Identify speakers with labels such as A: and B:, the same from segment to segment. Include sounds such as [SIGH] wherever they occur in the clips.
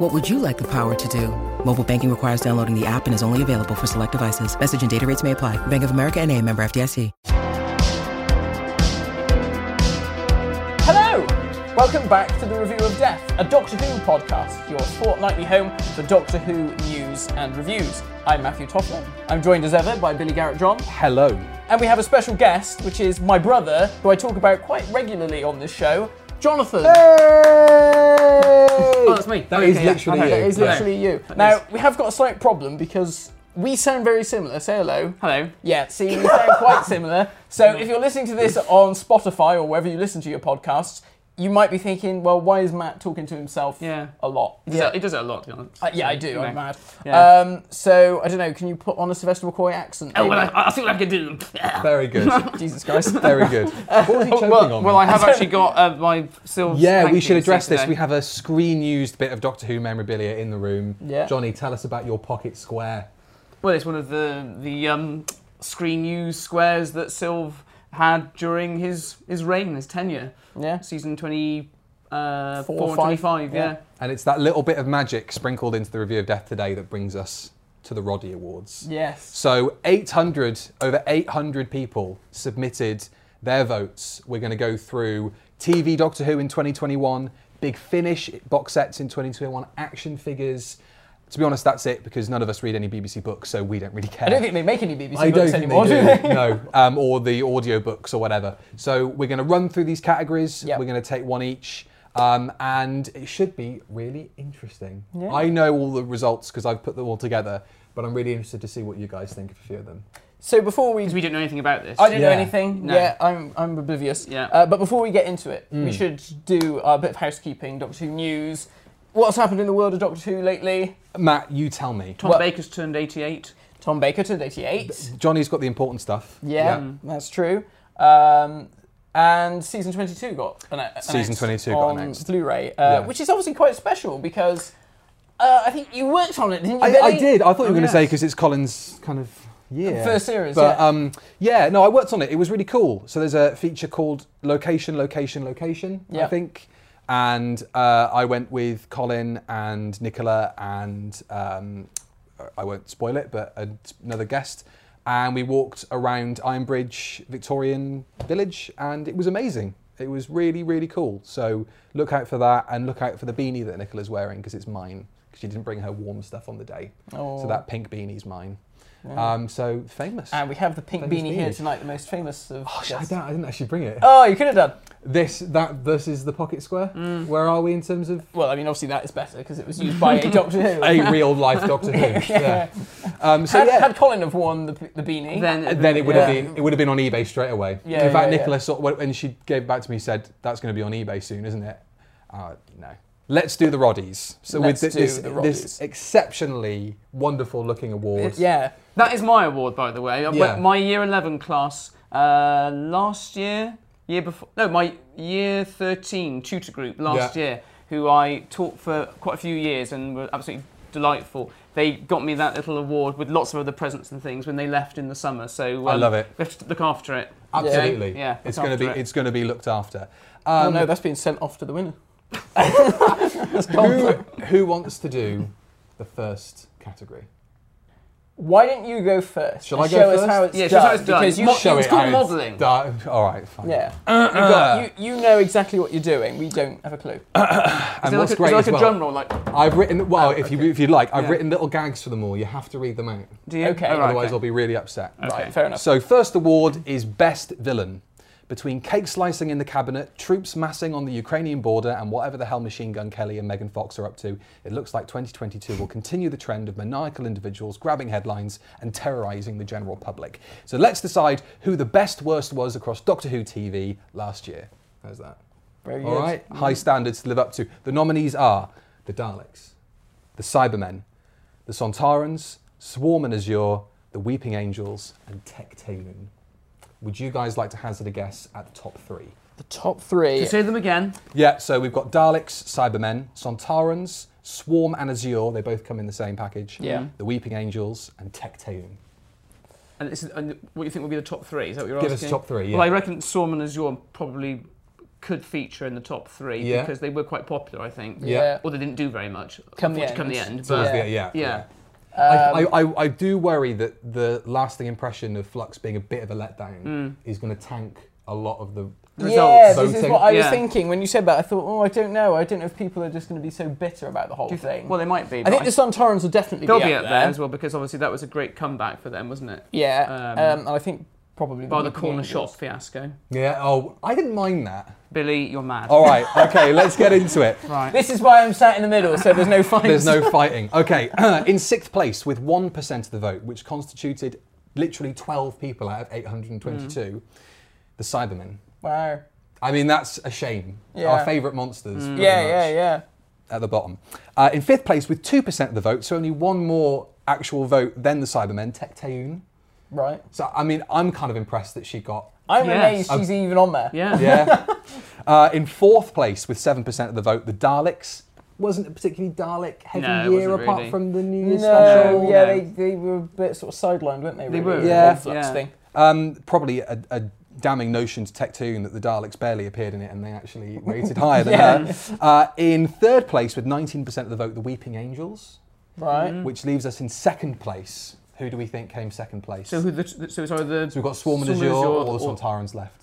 A: What would you like the power to do? Mobile banking requires downloading the app and is only available for select devices. Message and data rates may apply. Bank of America and a member FDIC.
B: Hello! Welcome back to the Review of Death, a Doctor Who podcast, your fortnightly home for Doctor Who news and reviews. I'm Matthew Toffler. I'm joined as ever by Billy Garrett John.
C: Hello.
B: And we have a special guest, which is my brother, who I talk about quite regularly on this show, Jonathan.
C: Oh,
D: that's me.
C: That is
D: Okay, yeah.
C: literally
B: That
C: you.
B: is
C: Yeah.
B: literally you. Now, we have got a slight problem because we sound very similar. Say hello.
D: Hello.
B: Yeah, see, we sound quite similar. So if you're listening to this on Spotify or wherever you listen to your podcasts, you might be thinking, well, why is Matt talking to himself
D: Yeah.
B: a lot?
D: He does it- he does it a lot, to be honest.
B: Uh, yeah, I do. I'm mad.
D: Yeah.
B: Um, so I don't know. Can you put on a Sylvester McCoy accent?
D: Oh,
B: maybe?
D: well, I, I'll see what I can do.
C: Very good.
B: [LAUGHS] Jesus Christ.
C: Very good. What was he choking
D: [LAUGHS] well,
C: on?
D: well, I have
B: [LAUGHS]
D: actually got uh, my silver.
C: yeah, we
D: handkerchief
C: should address
D: today.
C: this. We have a screen-used bit of Doctor Who memorabilia in the room.
B: Yeah.
C: Johnny, tell us about your pocket square.
D: Well, it's one of the the um, screen use squares that Sylv had during his his reign, his tenure.
B: Yeah.
D: Season twenty. Uh,
B: Four,
D: four,
B: five,
D: and 25, yeah.
B: yeah.
C: And it's that little bit of magic sprinkled into the review of Death today that brings us to the Roddy Awards.
B: yes.
C: So 800 over 800 people submitted their votes. We're going to go through TV Doctor Who in 2021, Big Finish box sets in 2021, action figures. To be honest, that's it because none of us read any BBC books, so we don't really care.
B: I don't think they make any BBC
C: I don't
B: books
C: think
B: anymore,
C: they
B: do
C: do,
B: they?
C: no, um, or the audio books or whatever. So we're going to run through these categories.
B: Yep.
C: We're going to take one each, um, and it should be really interesting. I know all the results because I've put them all together, but I'm really interested to see what you guys think of a few of them.
B: So before we,
D: 'Cause we didn't know anything about this.
B: I didn't know
C: Yeah.
B: anything.
D: No.
B: Yeah, I'm, I'm oblivious.
D: Yeah.
B: Uh, but before we get into it,
C: Hmm.
B: we should do a bit of housekeeping. Doctor Who news. What's happened in the world of Doctor Who lately?
C: Matt, you tell me.
D: Tom
B: Well-
D: Baker's turned 88.
B: Tom Baker turned 88.
C: Johnny's got the important stuff.
B: Yeah, Mm. that's true. Um, and season 22 got anno- announced.
C: Season 22 got
B: on
C: announced.
B: Blu-ray, uh,
C: Yeah.
B: which is obviously quite special because uh, I think you worked on it, didn't you?
C: I, I
B: Billy?
C: did. I thought
B: Oh,
C: you were going to 'cause say
D: yes.
C: because it's Colin's kind of yeah
B: First series,
C: But
B: yeah.
C: um, yeah, no, I worked on it. It was really cool. So there's a feature called location, location, location.
B: Yeah.
C: I think, and uh, I went with Colin and Nicola and um, I won't spoil it, but a- another guest. And we walked around Ironbridge Victorian Village, and it was amazing. It was really, really cool. So look out for that, and look out for the beanie that Nicola's wearing because it's mine. Because she didn't bring her warm stuff on the day, so that pink beanie's mine. Um, so famous.
B: And we have the pink
C: Famous
B: beanie here
C: beanie.
B: tonight, the most famous of.
C: Oh, sh- I,
B: guests.
C: don't, I didn't actually bring it.
B: Oh, you could have done.
C: This that this is the pocket square.
B: Mm.
C: Where are we in terms of
B: Well, I mean, obviously that is better because it was used by
C: [LAUGHS]
B: a Doctor Who.
C: a real life Doctor Who? [LAUGHS] Yeah. Um, so
B: had,
C: yeah,
B: had Colin have worn the, the beanie,
D: Then,
C: then it would have
B: Yeah.
C: been it would have been on eBay straight away.
B: Yeah,
C: in fact,
B: yeah, yeah.
C: Nicola sort of, when she gave it back to me said that's going to be on eBay soon, isn't it? Uh, no. Let's do the Roddies. So
B: Let's
C: with
B: do
C: thi- this,
B: the
C: this
B: Roddies.
C: exceptionally wonderful looking award.
B: yeah,
D: That is my award, by the way. I
C: Yeah.
D: went- My year 11 class uh, last year, year before, no, my year 13 tutor group last
C: Yeah.
D: year, who I taught for quite a few years and were absolutely delightful. They got me that little award with lots of other presents and things when they left in the summer. So um,
C: I love it.
D: We have to look after it.
C: Absolutely.
D: Okay? Yeah,
C: It's
D: look
C: going to be
D: after it.
C: it's going to be looked after.
B: oh
C: Um,
B: no, that's been sent off to the winner.
C: who, who wants to do the first category?
B: Why didn't you go first?
C: Shall I
B: and
C: go
B: show
C: first?
B: Us how it's
D: Yeah, show
B: done,
D: us how it's done.
B: Because you
D: Mo- Show
C: Show
D: It's
C: it
D: called
C: how
D: modelling.
C: done. all right, fine.
B: Yeah, You've
C: Uh.
B: got- you, you know exactly what you're doing. We don't have a clue.
C: Ah. And
D: Is it
C: what's
D: like a,
C: great
D: is it like
C: as
D: a
C: well,
D: drum roll, like
C: I've written. Well, if you if you'd like, I've
D: Yeah.
C: written little gags for them all. You have to read them out.
D: do you?
B: Okay.
D: All right,
C: Otherwise,
D: okay.
C: I'll be really upset.
B: Right, fair enough.
C: So, first award is best villain. Between cake slicing in the cabinet, troops massing on the Ukrainian border, and whatever the hell Machine Gun Kelly and Megan Fox are up to, it looks like 2022 will continue the trend of maniacal individuals grabbing headlines and terrorising the general public. So let's decide who the best worst was across Doctor Who TV last year. How's that?
B: Very good.
C: All right, high standards to live up to. The nominees are the Daleks, the Cybermen, the Sontarans, Swarm and Azure, The Weeping Angels, and Tectamun. Would you guys like to hazard a guess at the top three?
B: The top three.
D: You say them again.
C: Yeah, so we've got Daleks, Cybermen, Sontarans, Swarm, and Azure. They both come in the same package.
B: Yeah.
C: The Weeping Angels and Tectaeum.
D: And, this is, and what you think will be the top three? Is that what you're
C: Give us
D: asking?
C: top three, yeah.
D: Well, I reckon Storm and Azure probably could feature in the top three
C: Yeah.
D: because they were quite popular, I think.
C: Yeah.
D: Or they didn't do very much.
B: Come the
D: unfortunately, Come the
B: end.
D: end.
C: Towards
D: But
C: the- yeah.
D: yeah.
C: I, I, I, I do worry that the lasting impression of Flux being a bit of a letdown is going to tank a lot of the
B: Yeah,
D: results.
B: this is
C: Voting.
B: what I was
D: Yeah.
B: thinking when you said that. I thought, oh, I don't know. I don't know if people are just going to be so bitter about the whole
D: Do you
B: thing.
D: think- well, they might be.
B: I
D: but
B: think the Suntarans will definitely
D: they'll
B: be,
D: be up there. as well because obviously that was a great comeback for them, wasn't it?
B: Yeah,
D: Um,
B: um, and I think probably
D: By the
B: Weeping
D: corner
B: Angels.
D: shop fiasco.
C: Yeah, oh, I didn't mind that.
D: Billy, you're mad.
C: All right, okay, let's get into it.
D: Right.
B: This is why I'm sat in the middle, so
C: [LAUGHS]
B: there's no fight.
C: There's no fighting. Okay, [CLEARS THROAT] in sixth place with 1% of the vote, which constituted literally 12 people out of 822,
B: Mm.
C: the Cybermen.
B: [LAUGHS] wow.
C: I mean, that's a shame.
B: Yeah. Mm.
C: Our favourite monsters. pretty
B: Yeah,
C: much,
B: yeah, yeah.
C: At the bottom. Uh, in fifth place with 2% of the vote, so only one more actual vote than the Cybermen, Tectaeun.
B: Right.
C: So, I mean, I'm kind of impressed that
B: [LAUGHS]
C: she got.
B: I'm
D: Yes.
B: amazed she's even on there.
D: Yeah.
C: Yeah. uh, in fourth place with 7% of the vote, the Daleks. Wasn't a particularly Dalek heavy
D: No, it
C: year
D: wasn't
C: apart
D: really.
C: from the New
B: No,
C: Year's special.
B: yeah,
D: No.
B: They, they were a bit sort of sidelined, weren't they? Really?
D: were,
B: with the
C: Yeah.
B: whole Flux
D: yeah.
B: thing.
C: Um, probably a, a damning notion to Tectoon that the Daleks barely appeared in it and they actually [LAUGHS] rated higher than
B: Yeah.
C: her. Uh, in third place, with 19% of the vote, the Weeping Angels,
B: Right.
D: Mm-hmm.
C: which leaves us in second place. Who do we think came second place?
D: So who the, the so sorry the
C: So we've got Swarm and Azure, or the Sontarans left.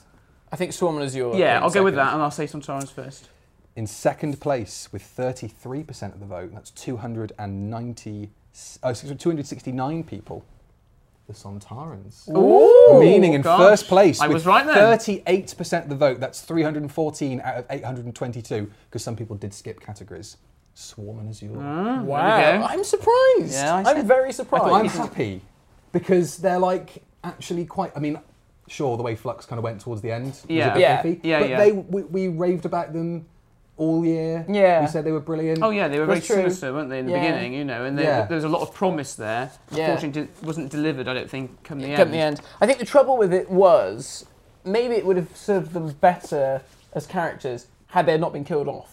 B: I think Swarman is your.
D: Yeah,
B: in
D: I'll go with
B: second.
D: that and I'll say Sontarans first.
C: In second place, with 33% of the vote, that's 290, oh, 269 people, the Sontarans.
D: Ooh,
C: meaning in
D: gosh.
C: first place.
D: I
C: with
D: was right then.
C: 38% of the vote. That's 314 out of 822, because some people did skip categories. Swarm and Azure.
D: Mm. There we go.
B: Wow. I'm surprised.
D: Yeah, I
B: I'm
D: said- [LAUGHS]
B: very
C: I'm
B: surprised.
C: happy because they're like actually quite. I mean, sure, the way Flux kind of went towards the end. was a
D: Yeah.
C: bit
B: Yeah,
C: iffy,
D: yeah,
C: But
D: yeah.
C: they we, we raved about them all year.
B: Yeah.
C: We said they were brilliant.
D: Oh yeah, they were very
B: That's true.
D: sinister, weren't they, in the
B: Yeah.
D: beginning? You know, and there,
C: Yeah.
D: there was a lot of promise there.
B: Yeah.
D: Unfortunately, it wasn't delivered. I don't think. Come the
B: Come
D: end.
B: the end. I think the trouble with it was maybe it would have served them better as characters had they not been killed off.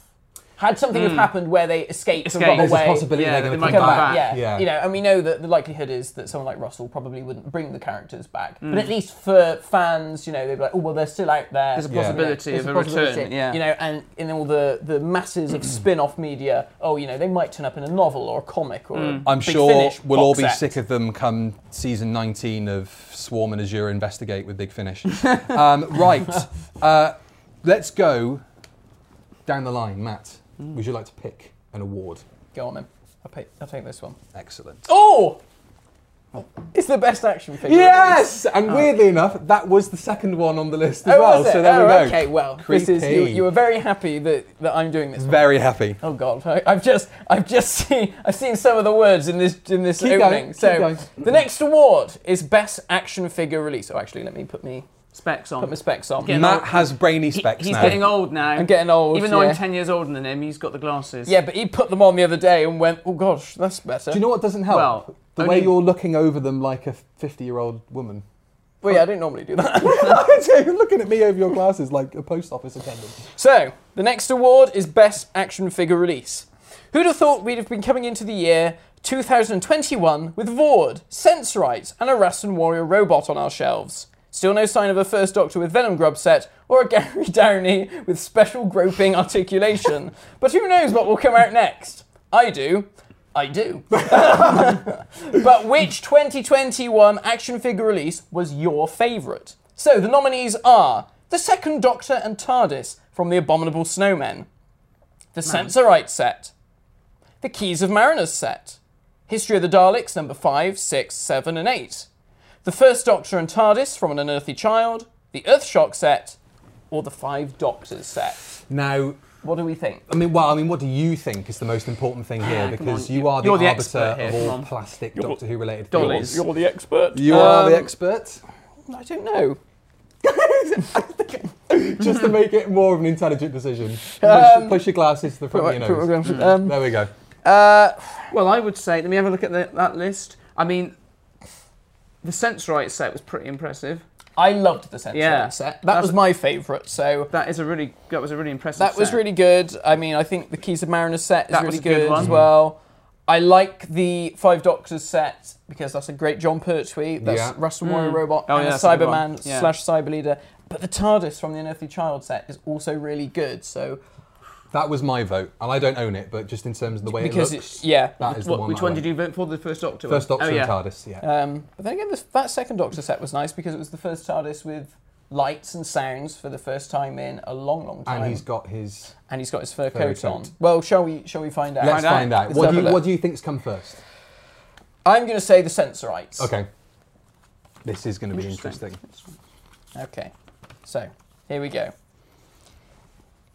B: Had something have happened where they escaped,
D: Mm. Escaped.
B: and got
C: There's
B: away.
C: a possibility
D: Yeah,
C: they're
D: they
C: going to
D: might
C: come,
B: come
D: come
B: back,
D: back.
B: yeah.
C: Yeah.
B: You know, and we know that the likelihood is that someone like Russell probably wouldn't bring the characters back.
D: Mm.
B: But at least for fans, you know, they'd be like, oh, well, they're still out there.
D: There's a
C: Yeah.
D: possibility
B: There's
D: of a,
B: possibility,
D: return. Yeah.
B: You know, and in all the, the masses
C: [CLEARS THROAT]
B: of spin off media, oh, you know, they might turn up in a novel or a comic or
D: Mm.
B: a
C: I'm
B: Big
C: sure
B: Finish
C: we'll all
B: box
C: be
B: set.
C: sick of them come season 19 of Swarm and Azure Investigate with
B: [LAUGHS]
C: Big Finish. um, right, uh, let's go down the line. Matt,
B: Hmm.
C: would you like to pick an award?
B: Go on then. I'll, pay, I'll take this one.
C: Excellent.
B: Oh! It's the best action figure.
C: Yes! And weirdly enough, that was the second one on the list as
B: Oh,
C: well.
B: was it?
C: So there
B: oh,
C: we go.
B: Okay, well, this is you,
C: Creepy.
B: you were very happy that, that I'm doing this. one.
C: Very happy.
B: Oh God, I- I've just I've just [LAUGHS] seen I've seen some of the words in this in this
C: Keep
B: opening.
C: going, keep
B: so
C: going.
B: the next award is best action figure release. Oh, actually, let me put me
D: Specs on.
B: put my specs on.
D: Getting
C: Matt
D: old.
C: has brainy
D: He-
C: specs
D: he's
C: now.
D: getting old now.
B: I'm getting old,
D: Even though
B: yeah.
D: I'm ten years older than him, he's got the glasses.
B: Yeah, but he put them on the other day and went, oh gosh, that's better.
C: Do you know what doesn't help?
D: Well,
C: the way
D: only-
C: you're looking over them like a 50 year old woman.
B: well, yeah, I don't normally do that. [LAUGHS]
C: [LAUGHS] You're looking at me over your glasses like a post office attendant.
B: so the next award is best action figure release. Who'd have thought we'd have been coming into the year 2021 with Vord, Sensorite, and a Rastan Warrior robot on our shelves? Still no sign of a first Doctor with Venom Grub set or a Gary [LAUGHS] Downey with special groping articulation. but who knows what will come out next? I do. I do. But which 2021 action figure release was your favourite? So the nominees are the Second Doctor and TARDIS from the Abominable Snowmen, the
E: Hmm.
B: Sensorite set, the Keys of Mariners set, History of the Daleks number 5, 6, 7, and 8, the First Doctor and TARDIS from an Unearthly Child, the Earthshock set, or the Five Doctors set.
C: Now,
B: What do we think?
C: I mean, well, I mean, what do you think is the most important thing here?
D: come
C: because
D: on.
C: you are the
D: You're the
C: arbiter
D: expert here,
C: of
D: come
C: all
D: on.
C: plastic Doctor Who related
D: Dollies.
C: things. Um,
D: You're
B: the expert.
C: You are the expert.
B: I don't know.
C: Just to make it more of an intelligent decision, push, push your glasses to the front of your nose. Mm.
B: Um,
C: There we go.
B: uh,
D: Well, I would say. Let me have a look at the, that list. I mean,
E: The Sensorite set was pretty impressive.
B: I loved the Sensorite
E: Yeah.
B: set. That
E: That's-
B: was my favourite. So
E: That is a really that was a really impressive.
B: that was
E: set.
B: really good. I mean, I think the Keys of Mariners set is
E: That
B: really
E: was a good
B: good,
E: one.
B: as well. I like the Five Doctors set because that's a great John Pertwee. That's
C: Yeah.
B: Russian Warrior Robot
E: Oh,
B: and
E: yeah,
B: a
E: that's a good
B: Cyberman
E: one. Yeah.
B: slash Cyber Leader. But the TARDIS from the Unearthly Child set is also really good. So
C: That was my vote, and I don't own it, but just in terms of the way
B: because
C: it
B: it-
C: looks,
B: yeah,
C: that is the
E: What-
C: one.
E: which
C: I
E: one
C: went.
E: did you vote for? The first Doctor.
C: First
E: one?
C: Doctor
E: oh, yeah.
C: and TARDIS. Yeah.
B: Um, but then again, this, that second Doctor set was nice because it was the first TARDIS with lights and sounds for the first time in a long, long time.
C: and he's got his.
B: And he's got his fur
C: Fur
B: coat on.
C: coat.
B: Well, shall we? Shall we find out?
C: Let's find out. What,
B: have
C: do
B: a
C: you,
B: look.
C: what do you think's come first?
B: I'm going to say the Sensorites.
C: Okay. This is going to be interesting.
B: Okay. So here we go.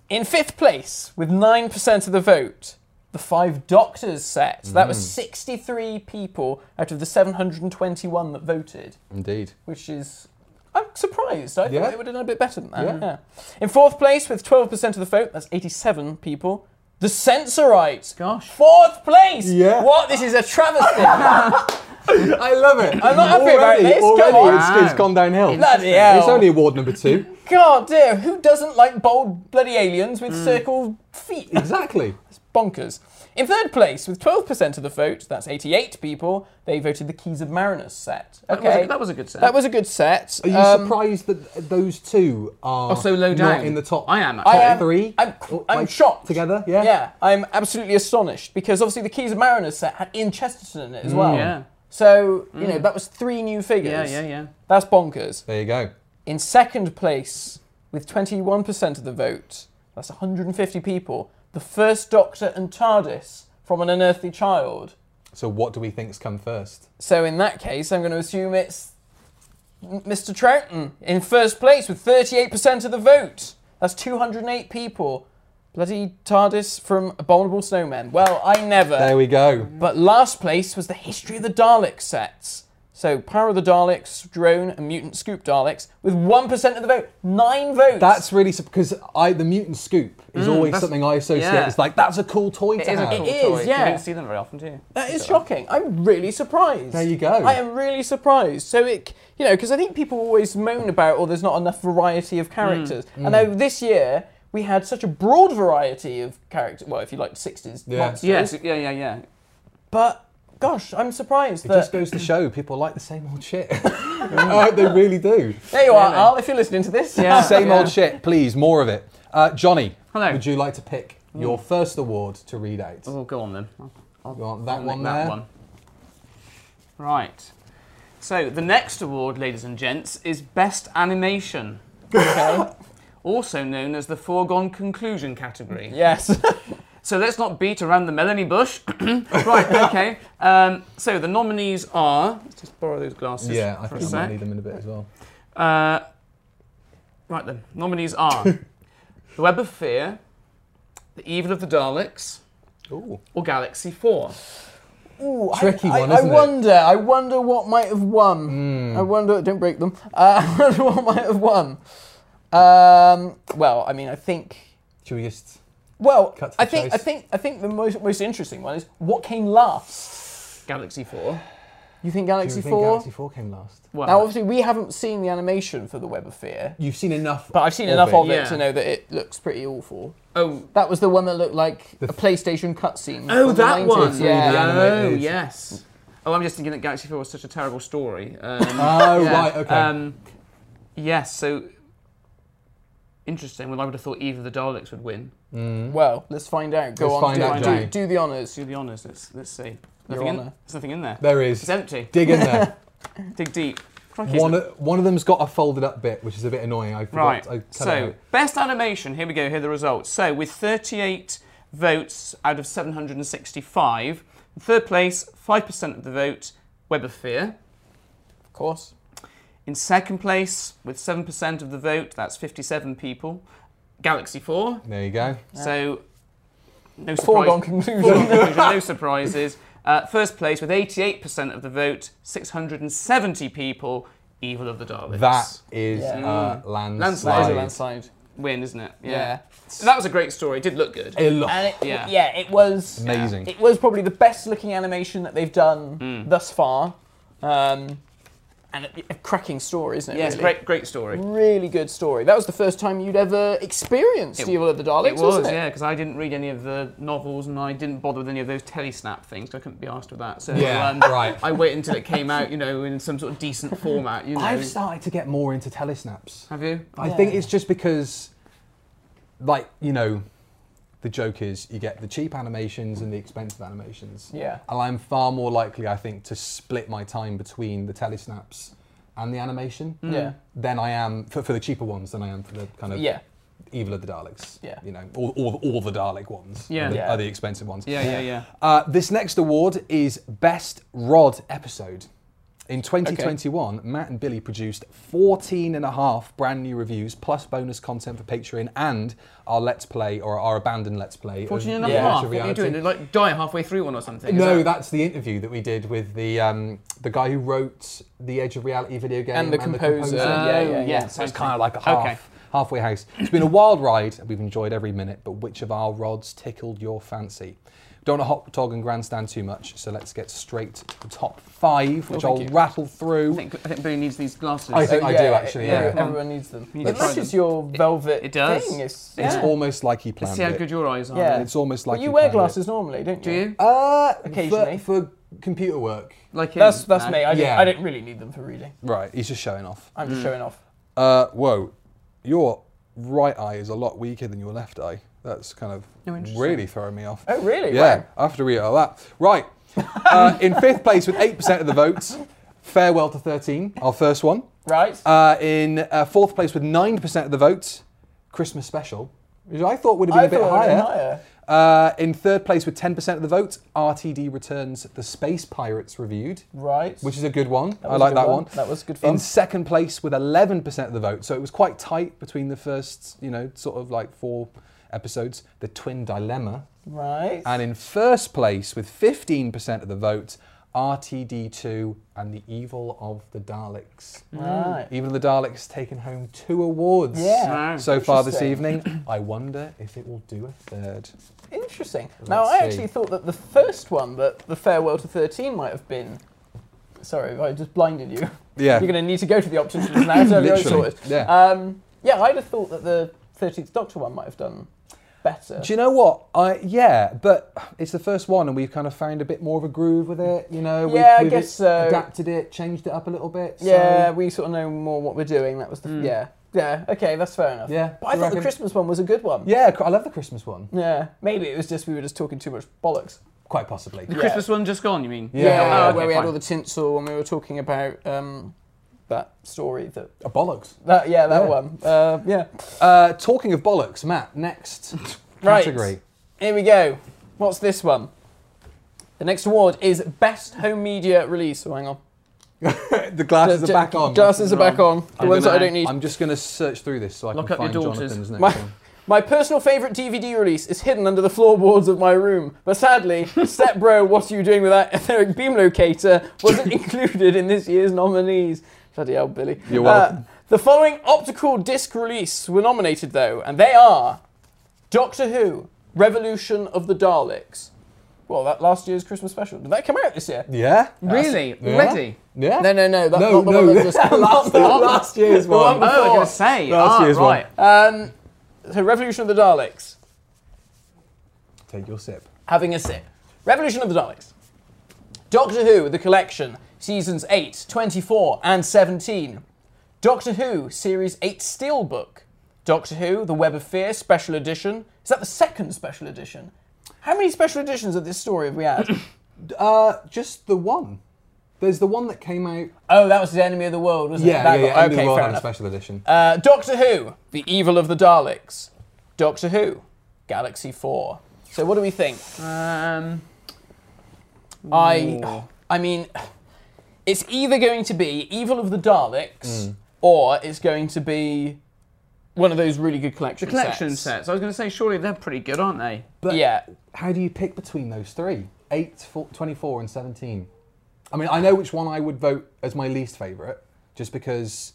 B: In fifth place, with nine percent of the vote, the Five Doctors set. That
E: Mm.
B: was 63 people out of the 721 that voted.
C: Indeed.
B: which is I'm surprised. I
C: Yeah.
B: thought it would have done a bit better than that.
C: Yeah.
B: Yeah. In fourth place with 12% of the vote, that's 87 people. The Sensorite.
E: Gosh.
B: Fourth place.
C: Yeah.
B: What? This is a travesty.
E: [LAUGHS]
C: I love it.
B: I'm not happy about
C: Already-
B: this, come
C: Already,
B: on.
C: It's, it's gone downhill.
B: Bloody hell.
C: It's only award
B: [LAUGHS]
C: number two.
B: God dear, who doesn't like bold bloody aliens with
E: Mm.
B: circled feet?
C: exactly.
B: Bonkers. In third place, with 12% of the vote, that's 88 people, they voted the Keys of Marinus set.
E: That
B: Okay.
E: was a- that was a good set.
B: That was a good set.
C: Are you
B: Um,
C: surprised that those two are
E: Oh, so low
C: not
E: down.
C: in the top?
E: I am,
C: Top
E: actually.
B: I am-
C: three.
B: I'm,
C: Or,
B: I'm
C: like,
B: shocked.
C: Together, yeah.
B: Yeah, I'm absolutely astonished because obviously the Keys of Mariners set had Ian Chesterton in it as well.
E: Yeah.
B: So, you know, that was three new
E: Yeah,
B: figures.
E: yeah, yeah.
B: That's bonkers.
C: There you go.
B: In second place, with 21% of the vote, that's 150 people, the first Doctor and TARDIS from an unearthly child.
C: So what do we think's come first?
B: So, in that case, I'm going to assume it's M- Mr. Troughton in first place with 38% of the vote. That's 208 people. Bloody TARDIS from Abominable Snowmen. Well, I never.
C: There we go.
B: But last place was the History of the Daleks sets. So Power of the Daleks, Drone, and Mutant Scoop Daleks with 1% of the vote. Nine votes.
C: That's really because I the mutant scoop is always
E: Mm, that's-
C: something I associate.
E: yeah.
C: It's like that's a cool toy
E: It
C: to
E: is a
C: have.
E: cool
B: It
E: toy.
B: is,
E: You
B: yeah.
E: don't see them very often, do you?
B: That is shocking. I'm really surprised.
C: There you go.
B: I am really surprised. So it, you know, because I think people always moan about, oh, there's not enough variety of characters.
C: Hmm.
B: And now this year we had such a broad variety of characters. Well, if you like 60s
C: Yeah.
B: monsters.
E: Yes. Yeah, yeah, yeah.
B: But gosh, I'm surprised
C: It
B: that.
C: just goes to show people like the same
E: [LAUGHS]
C: old shit. I hope they really do.
B: there you are,
E: Really?
B: Al. If you're listening to this, [LAUGHS]
E: Yeah.
C: [LAUGHS] Same
E: Yeah.
C: old shit, please, more of it. Uh, Johnny,
E: Hello. Mm.
C: would you like to pick your first award to read out?
E: Oh, go on then. I'll, I'll,
C: You want that
E: I'll make
C: one
E: that
C: there?
E: one. Right. So the next award, ladies and gents, is Best Animation,
B: Okay.
E: [LAUGHS] also known as the Foregone Conclusion category.
B: yes.
E: So let's not beat around the Melanie Bush. [CLEARS THROAT] right, okay. Um, so the nominees are. Let's just borrow those glasses.
C: Yeah, I
E: for
C: think I
E: a
C: might
E: sec.
C: need them in a bit as well.
E: Uh, right then, nominees are The Web of Fear, The Evil of the Daleks,
C: Ooh.
E: or Galaxy 4.
B: Ooh, I- [LAUGHS]
C: Tricky
B: I,
C: one,
B: I,
C: isn't it? Hmm.
B: wonder. I wonder what might have won. I wonder. Don't break them. Uh, [LAUGHS] I wonder what might have won. Um, well, I mean, I think.
C: Should we just?
B: Well,
C: Cut to the
B: I think.
C: chase.
B: I think. I think the most most interesting one is what came last.
E: Galaxy 4.
B: You think
C: Do you
B: Galaxy
C: think
B: Four?
C: Galaxy Four came last?
E: Well,
B: Now, obviously, we haven't seen the animation for the Web of Fear,
C: You've seen enough,
B: but I've seen enough
C: it.
B: of it
E: Yeah.
B: to know that it looks pretty awful.
E: oh,
B: That was the one that looked like
C: The
B: a PlayStation cutscene.
E: oh,
B: from the
E: that
B: 90s.
E: one.
C: the
B: Yeah.
E: Oh,
C: animated.
E: yes. Oh, I'm just thinking that Galaxy 4 was such a terrible story. Um,
C: Oh
E: Yeah.
C: right, okay.
E: Um, yes, so interesting. Well, I would have thought either the Daleks would win.
B: Well, let's find out. Go
C: Let's
B: on.
C: find
B: do,
C: out,
B: do-
C: Johnny.
B: do the honors.
E: Do the honours. Let's let's see.
B: Your
E: Nothing in,
B: honour.
E: there's nothing in there.
C: there is.
E: It's empty.
C: Dig
E: [LAUGHS]
C: in there.
E: Dig deep. Crikey,
C: one,
E: it's-
C: one of them's got a folded up bit, which is a bit annoying. I forgot.
E: right.
C: I Oh, cut it
E: so
C: out.
E: best animation. Here we go. Here are the results. So with 38 votes out of 765, in third place, five percent of the vote, Web of Fear.
B: Of course.
E: In second place, with seven percent of the vote, that's 57 people. Galaxy Four.
C: there you go.
E: So no
B: Foregone
E: surprise.
B: conclusion.
E: conclusion, no surprises. Uh, first place with 88% of the vote, 670 people, Evil of the Daleks.
C: That is
B: Yeah.
C: uh,
E: Mm. Landslide.
C: landslide.
E: That is a
B: landslide.
E: win, isn't it?
B: Yeah.
E: So that was a great story. It did look good.
C: A lot.
B: And it, yeah.
E: Yeah.
B: it was
C: Amazing. Mm.
B: It was probably the best looking animation that they've done thus far. Um, and a, a cracking story, isn't it?
D: Yes,
B: really?
D: great, great story.
B: Really good story. That was the first time you'd ever experienced Evil of the Daleks,
D: It was,
B: not it?
D: yeah, because I didn't read any of the novels and I didn't bother with any of those telesnap things. 'cause I couldn't be asked with that. So
C: Yeah,
D: um,
C: right.
D: I waited until it came out, you know, in some sort of decent format. You know,
C: I've started to get more into telesnaps.
D: have you?
C: I think it's just because, like, you know, the joke is you get the cheap animations and the expensive animations.
B: Yeah.
C: And I'm far more likely, I think, to split my time between the telesnaps and the animation.
B: Mm. Yeah.
C: Than I am for, for the cheaper ones than I am for the kind of
B: Yeah.
C: evil of the Daleks.
B: Yeah.
C: You know, all, all, all the Dalek ones
D: Yeah.
C: are, the,
B: Yeah.
C: are the expensive ones.
D: Yeah, yeah, yeah.
C: Uh, this next award is Best Rod Episode. In 2021, Matt and Billy produced 14 and a half brand new reviews, plus bonus content for Patreon and our Let's Play or our abandoned Let's Play. of
D: 14 and a
C: Virtual
D: half. What are you
C: Reality.
D: doing? Like die halfway through one or something? is
C: No,
D: that-
C: that's the interview that we did with the um, the guy who wrote the Edge of Reality video game
B: And the composer.
D: Oh,
B: Yeah, yeah, yeah.
C: So it's
D: thank
C: kind
D: you.
C: of like a half,
D: Okay.
C: halfway house. It's been a wild ride, and we've enjoyed every minute. But which of our rods tickled your fancy? Don't want to hot dog and grandstand too much, so let's get straight to the top five, which I'll
B: you.
C: rattle through.
D: I think, I think Billy needs these glasses.
C: I think-
B: Oh,
C: I
B: yeah,
C: do, actually, yeah.
B: everyone- Everyone needs them.
D: Um, You need
B: it
D: to try
B: matches
D: them.
B: your velvet.
D: it does.
B: Thing. It's,
C: It's
B: yeah.
C: almost like he
D: Let's
C: planned
D: see how
C: it.
D: good your eyes are.
B: Yeah.
C: It's almost like
B: But
C: he
B: you wear
C: planned it.
B: glasses normally, don't you?
D: Do you?
C: Uh, for-
B: Occasionally.
C: for, computer work.
D: Like him?
B: That's that's
D: No.
B: me. I,
C: Yeah.
B: don't, I don't really need them for reading.
C: Right, he's just showing off.
B: I'm
D: Mm.
B: just showing off.
C: Uh, whoa, your right eye is a lot weaker than your left eye. That's kind of
D: Oh, interesting.
C: really throwing me off.
B: Oh, really?
C: Yeah,
B: Wow.
C: I have to read all that. Right,
B: [LAUGHS]
C: uh, in fifth place with 8% of the votes, Farewell to 13, our first one.
B: Right.
C: Uh, in uh, fourth place with 9% of the votes, Christmas Special, which I thought would have been
B: I
C: a bit
B: thought it would've
C: higher.
B: been
C: Uh, in third place with 10% of the votes, RTD Returns The Space Pirates Reviewed,
B: right.
C: which is a good one.
B: That
C: I
B: was a
C: like
B: good
C: that one.
B: one. That was good fun.
C: In second place with 11% of the vote, so it was quite tight between the first, you know, sort of like four episodes, The Twin Dilemma.
B: right.
C: And in first place with 15% of the vote, RTD2 and The Evil of the Daleks.
D: Mm.
B: Right.
C: Evil of the Daleks taken home two awards
B: Yeah.
D: Wow.
C: so far this
B: Interesting.
C: evening. I wonder if it will do a third.
B: Interesting. now, I
C: Let's see.
B: actually thought that the first one, that the farewell to thirteen, might have been. Sorry, I just blinded you.
C: Yeah.
B: You're going to need to go to the opticians now.
C: [LAUGHS]
B: So everyone's
C: Literally,
B: sorted.
C: yeah.
B: Um, yeah, I'd have thought that the thirteenth Doctor one might have done better.
C: Do you know what? I yeah, but it's the first one, and we've kind of found a bit more of a groove with it. You know, we've,
B: Yeah, I
C: we've
B: guess so.
C: adapted it, changed it up a little bit. so-
B: yeah, we sort of know more what we're doing. That was the yeah, yeah. Okay, that's fair enough.
C: Yeah,
B: but I
C: you
B: thought
C: reckon?
B: the Christmas one was a good one.
C: yeah. I love the Christmas one,
B: yeah. Maybe it was just we were just talking too much bollocks.
C: quite possibly.
D: The Christmas one just gone, you mean?
C: Yeah.
D: Oh, okay,
B: where we
D: fine.
B: had all the tinsel and we were talking about um, that story that
C: A bollocks.
B: that yeah that
C: Yeah.
B: one uh, yeah.
C: Uh, talking of bollocks, Matt. Next
B: [LAUGHS] Right.
C: category.
B: Here we go. What's this one? The next award is best home media release. Oh, hang on.
C: the glasses
B: Ju-
C: are back on.
B: Glasses are back on. The
D: I'm
B: ones that I
D: gonna-
B: don't need.
C: I'm just going to search through this so I
D: Lock
C: can
D: up your
C: find
D: daughters.
C: Jonathan's next
B: My-
C: one.
B: My personal favourite DVD release is hidden under the floorboards of my room, but
C: [LAUGHS]
B: sadly, Step Bro, What Are You Doing With That [LAUGHS] Etheric Beam Locator wasn't
C: [LAUGHS]
B: included in this year's nominees. Bloody hell, Billy. Uh,
C: You're welcome.
B: the following optical disc release were nominated, though, and they are Doctor Who, Revolution of the Daleks. Well, that last year's Christmas special. Did that come out this year?
C: Yeah.
D: Really?
C: Yeah.
D: Already?
C: Yeah.
B: No, no, no. That's
C: No,
B: not the
C: no,
B: one
C: [LAUGHS]
B: that just [LAUGHS]
C: last-
B: not the one-
C: last year's
B: the one.
D: Oh, I
C: one.
D: was
B: before.
D: going to say.
C: Last
D: ah,
C: year's one.
D: right.
B: Um, so, Revolution of the Daleks.
C: Take your sip.
B: having a sip. Revolution of the Daleks. Doctor Who, the collection, seasons 8, 24, and 17. Doctor Who, series 8 Steelbook. Doctor Who, The Web of Fear, special edition. Is that the second special edition? How many special editions of this story have we had?
C: [COUGHS] Uh, just the one. There's the one that came out.
B: oh, that was the Enemy of the World, wasn't it?
C: Yeah, yeah,
B: That
C: yeah.
B: got-
C: End of the
B: okay,
C: World
B: fair
C: had a
B: enough.
C: special edition.
B: Uh, Doctor Who, The Evil of the Daleks. Doctor Who, Galaxy 4. So what do we think?
D: Um,
B: I, I mean, it's either going to be Evil of the Daleks
D: Mm.
B: or it's going to be one of those really good collection
D: the collection sets.
B: sets.
D: I was going to say, surely they're pretty good, aren't they?
C: But
B: yeah.
C: How do you pick between those three? 8, four- 24, and 17. I mean, I know which one I would vote as my least favourite, just because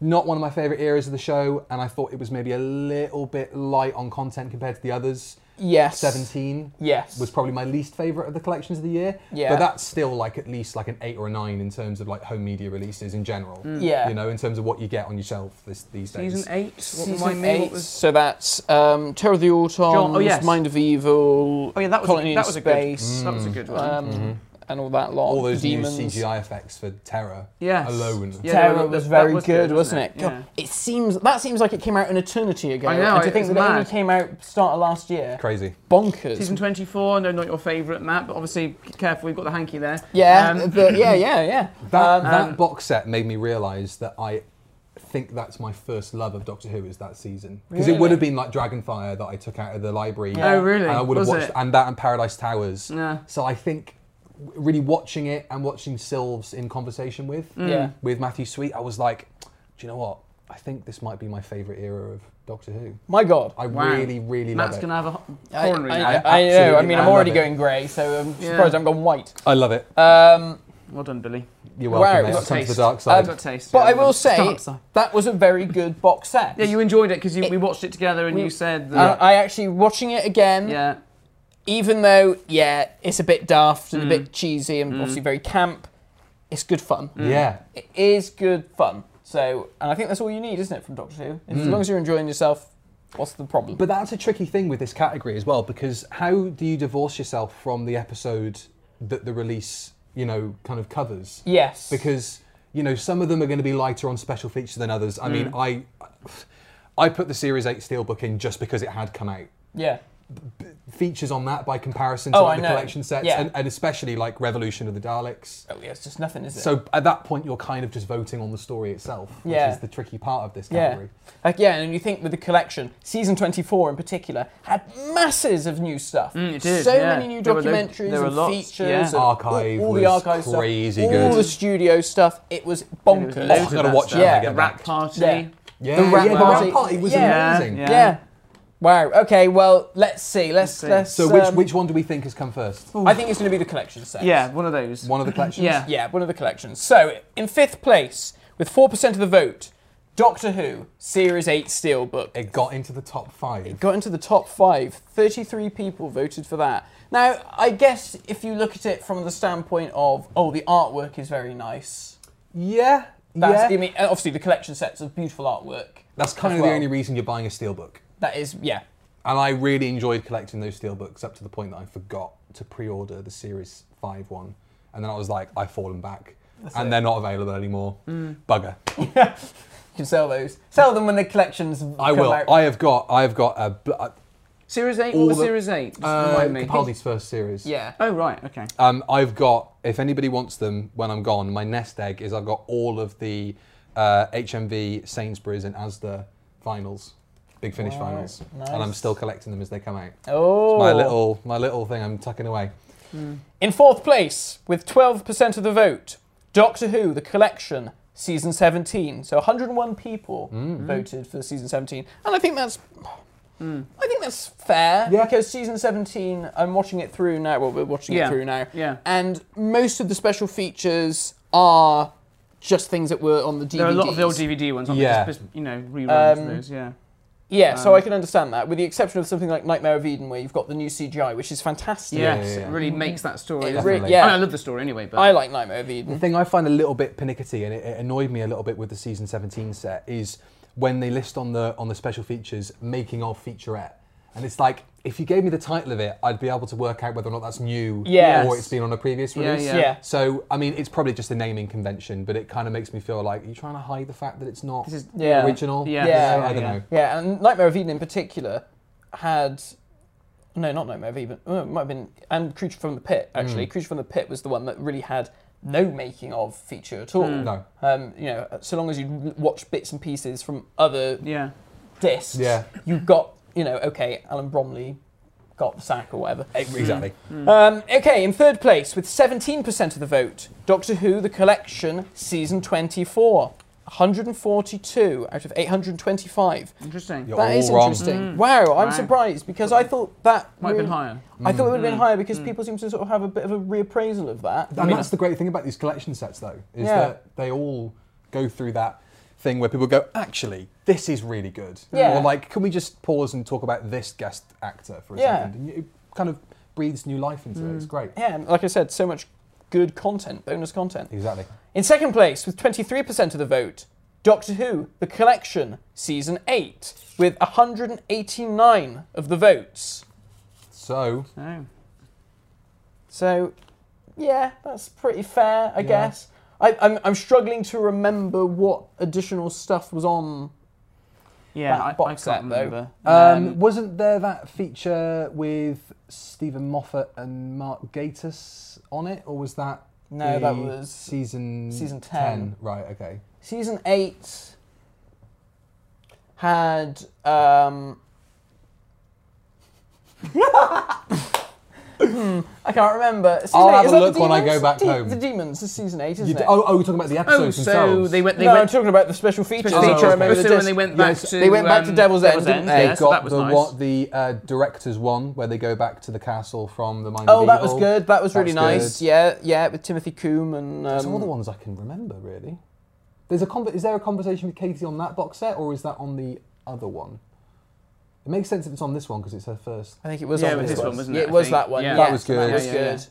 C: not one of my favourite eras of the show, and I thought it was maybe a little bit light on content compared to the others.
B: Yes.
C: 17
B: Yes.
C: was probably my least favorite of the collections of the year.
B: Yeah.
C: But that's still like at least like an eight or a nine in terms of like home media releases in general.
B: Mm. Yeah.
C: You know, in terms of what you get on your shelf this, these days.
D: Season eight. What
B: Season
D: remind me? What
B: eight.
D: was-
B: So that's um, Terror of the Autons,
D: John- oh, yes.
B: Mind of Evil,
D: Oh yeah, that was
B: Colony
D: a,
B: in
D: that was a good.
B: Space,
D: That was a good one.
B: um, and all that lot.
C: All those
B: Demons.
C: new CGI effects for Terror
D: Yes.
C: alone.
D: Yeah.
B: Terror
D: that-
B: was
D: that
B: very
D: was
B: good,
D: good,
B: wasn't
D: wasn't
B: it?
D: it?
B: God, It seems that seems like it came out an eternity ago.
D: I know,
B: And to
D: it
B: think
D: was
B: that it only
D: mad.
B: came out start of last year.
D: Um,
C: Crazy.
B: Bonkers.
D: Season 24, no, not your favourite, Matt, but obviously, be careful, we've got the hanky there.
B: yeah,
D: Um,
B: the- yeah, yeah, yeah.
C: That, that box set made me realise that I think that's my first love of Doctor Who is that season because it
B: Really?
C: would have been like Dragonfire that I took out of the library.
D: Oh, really?
C: And I would have
D: Was
C: watched
D: it?
C: and that and Paradise Towers.
D: Yeah.
C: So I think w- really watching it and watching Sylves in conversation with
D: Mm.
B: Yeah.
C: with Matthew Sweet, I was like, do you know what? I think this might be my favourite era of Doctor Who.
B: [CLEARS THROAT] My God.
C: I
D: wow.
C: really, really
D: Matt's
C: love it.
D: gonna have a ho-
B: I,
D: coronary
B: I-
D: now.
C: now.
B: I know. I
C: Absolutely.
B: mean,
C: I
B: I'm
C: love
B: already
C: it.
B: going grey, so I'm
D: Yeah.
B: surprised I'm gone white.
C: I love it.
B: Um,
D: Well done, Billy.
C: You're
B: wow,
C: welcome.
B: it's
C: mate.
B: got
C: Welcome to the
D: taste.
C: dark
D: I've
C: side.
D: got taste.
B: Um, but
D: yeah,
B: I will
D: it's
B: say
D: dark side.
B: that was a very good box set.
D: Yeah, you enjoyed it because
B: It-
D: we watched it together and
B: we-
D: you said
B: And
D: that.
B: I actually watching it again.
D: yeah.
B: even though yeah it's a bit daft and a
D: Mm.
B: bit cheesy and obviously very camp it's good fun
C: Yeah.
B: it is good fun so and i think that's all you need isn't it from doctor who as long as you're enjoying yourself what's the problem
C: Hmm. But that's a tricky thing with this category as well, because how do you divorce yourself from the episode that the release, you know, kind of covers?
B: yes
C: Because you know some of them are going to be lighter on special features than others. I mean,
B: Mm.
C: I I put the Series Eight Steelbook in just because it had come out.
B: yeah
C: Features on that by comparison to
B: Oh,
C: like,
B: I
C: the
B: know.
C: collection sets,
B: Yeah.
C: and, and especially like Revolution of the Daleks.
B: oh yeah it's just nothing is it
C: So at that point, you're kind of just voting on the story itself, which
B: Yeah.
C: is the tricky part of this
B: yeah
C: category.
B: like yeah and you think with the collection season 24 in particular had masses of new stuff
D: Mm, it did,
B: so
D: yeah.
B: many new
D: There were lo-
B: documentaries
D: there were
B: and
D: lots,
B: features
D: yeah.
B: and
C: Archive
B: all, all the
C: was
B: archive
C: crazy
B: stuff
C: good.
B: all the studio stuff it was bonkers
D: There was
C: Oh,
D: loads
C: I
D: of
C: gotta
D: that
C: watch
D: stuff.
C: that when I
B: Yeah.
C: get
D: The
C: back.
D: Rat Party.
B: Yeah.
C: Yeah,
B: The Rat
C: yeah, the
B: Party.
C: Rat Party was
B: Yeah.
C: amazing.
D: Yeah.
B: Yeah. Wow. Okay. Well, let's see. Let's.
D: see.
B: let's
C: So which
B: um,
C: which one do we think has come first?
B: I think it's going to be the collection set.
D: Yeah, one of those.
C: One of the collections.
D: Yeah.
B: Yeah. One of the collections. So in fifth place, with four percent of the vote, Doctor Who Series Eight Steelbook. It
C: It got into the top five.
B: got into the top five. Thirty-three people voted for that. Now, I guess if you look at it from the standpoint of, oh, the artwork is very nice.
C: Yeah,
B: That's,
C: yeah.
B: I mean, uh, obviously the collection sets of beautiful artwork.
C: That's kind
B: as
C: of
B: well.
C: the only reason you're buying a steelbook.
B: That is, yeah.
C: And I really enjoyed collecting those steelbooks up to the point that I forgot to pre-order the Series Five one, and then I was like, I've fallen back, and they're not available anymore.
B: Mm. [LAUGHS]
C: Bugger.
B: You can sell those. Sell them when the collections.
C: I
B: come
C: will.
B: Out.
C: I have got. I have got a. bl- uh,
D: Series 8 or
C: All the-
D: Series 8? Just
C: Uh,
D: remind me.
C: Capaldi's first series.
B: yeah.
D: Oh, right, okay.
C: Um, I've got, if anybody wants them when I'm gone, my nest egg is I've got all of the uh, HMV, Sainsbury's, and Asda vinyls, Big Finish vinyls, and I'm
B: nice.
C: still collecting them as they come out.
B: Oh.
C: It's my little, my little thing I'm tucking away.
B: In fourth place, with 12% of the vote, Doctor Who, the collection, season 17. So 101 people
D: Mm-hmm.
B: voted for season 17. And I think that's.
D: Mm.
B: I think that's fair
C: Yeah.
B: because season 17, I'm watching it through now. Well, we're watching it
D: Yeah,
B: through now.
D: yeah.
B: And most of the special features are just things that were on the DVD.
D: There are a lot of the old DVD ones, aren't
C: Yeah.
D: there? Just, just, you know, reruns
B: Um,
D: of those, yeah.
B: Yeah, so
D: Um,
B: I can understand that, with the exception of something like Nightmare of Eden, where you've got the new CGI, which is fantastic.
D: Yes,
C: yeah, yeah.
D: it really makes that story.
B: It
D: doesn't
B: re-
D: it?
B: yeah.
D: I, mean, I love the story anyway, but
B: I like Nightmare of
C: The
B: Eden.
C: thing I find a little bit pernickety, and it, it annoyed me a little bit with the season 17 set, is when they list on the on the special features making of featurette, and it's like if you gave me the title of it, I'd be able to work out whether or not that's new
B: Yes.
C: or it's been on a previous
D: Yeah,
C: release.
D: yeah.
B: Yeah.
C: So I mean, it's probably just a naming convention, but it kind of makes me feel like you're trying to hide the fact that it's not
D: This is-
B: Yeah.
C: original.
D: Yeah.
C: You know,
B: Yeah.
C: I don't
D: Yeah.
C: know.
B: Yeah, and Nightmare of Eden in particular had. No, not Nightmare of Eden. Oh, it might have been. And Creature from the Pit, actually. Creature from the Pit was the one that really had no making of feature at all.
C: No.
B: Um, you know, so long as you watch bits and pieces from other
D: yeah.
B: discs,
C: Yeah.
B: you got, you know, okay, Alan Bromley got the sack or whatever.
C: Eh, Exactly.
D: Mm.
B: Um, okay, in third place, with 17% of the vote, Doctor Who The Collection, Season 24. 142 out of 825.
D: Interesting.
C: You're
B: That
C: all
B: is
C: wrong.
B: interesting. Wow, I'm
D: Wow.
B: surprised because I thought that
D: Might have
B: really-
D: been higher. Mm.
B: I thought it would have been higher because people seem to sort of have a bit of a reappraisal of that.
C: And that's the great thing about these collection sets, though, is
B: Yeah.
C: that they all go through that thing where people go, actually, this is really good.
B: Yeah.
C: Or like, can we just pause and talk about this guest actor for a
B: Yeah. Mm.
C: second? And it kind of breathes new life into it. It's great.
B: Yeah, and like I said, so much good content, bonus content.
C: Exactly.
B: In second place, with 23% of the vote, Doctor Who The Collection, Season 8, with 189 of the votes.
C: So,
E: Oh.
B: So, yeah, that's pretty fair, I guess. I, I'm, I'm struggling to remember what additional stuff was on.
E: Yeah,
B: That
E: I,
B: box
E: I can't
B: set, though.
E: remember.
C: um, wasn't there that feature with Stephen Moffat and Mark Gatiss on it, or was that?
B: No,
C: the
B: that was
C: season
B: season 10.
C: Right. Okay.
B: Season 8 had. Um, [LAUGHS] Hmm, I can't remember. Season
C: I'll
B: eight,
C: have
B: is
C: a
B: that the
C: look when I go
B: demons?
C: back
B: De-
C: home.
B: The demons is season eight, isn't
C: You d-
B: it?
C: oh, oh, we're talking about the episodes
E: oh, so
C: themselves.
E: they went. They
B: no, I'm
E: went
B: talking about the special features.
E: Special Oh,
C: feature, I remember
E: so
B: the
E: when
B: disc.
E: they went back
C: Yes,
E: to
B: they went back to
E: um,
B: Devil's End, didn't
C: They
B: they?
E: yeah,
C: got
E: so that was
C: the
E: nice.
C: what the uh, directors one where they go back to the castle from the Mind
B: Oh,
C: of
B: that was
C: Evil.
B: good. That was really
C: That's good.
B: nice. Yeah, yeah, with Timothy Coombe and. Um,
C: That's all the ones I can remember really. There's a con- is there a conversation with Katie on that box set or is that on the other one? It makes sense if it's on this one because it's her first.
B: I think it was
E: Yeah,
B: on
E: it was this
B: this one,
E: one, wasn't
B: yeah,
E: it,
B: It
E: I
B: was
E: think?
B: that one.
E: Yeah.
C: That was good.
B: That was
E: Yeah, yeah,
B: good.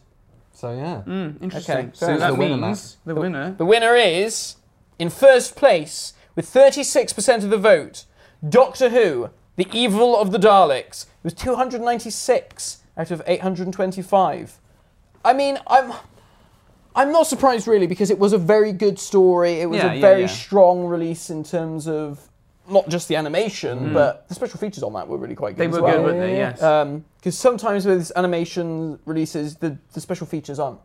C: So yeah.
E: Interesting.
B: Okay,
E: so
B: so
E: that
C: the winner, Matt.
E: means the winner.
B: The winner is in first place with 36% of the vote. Doctor Who: The Evil of the Daleks It was 296 out of 825. I mean, I'm I'm not surprised really because it was a very good story. It was
E: Yeah,
B: a
E: yeah,
B: very
E: yeah.
B: strong release in terms of not just the animation, but the special features on that were really quite good.
E: Mm. They
B: as
E: were
B: well.
E: good, weren't they? Yes.
B: Because sometimes with animation releases, the, the special features aren't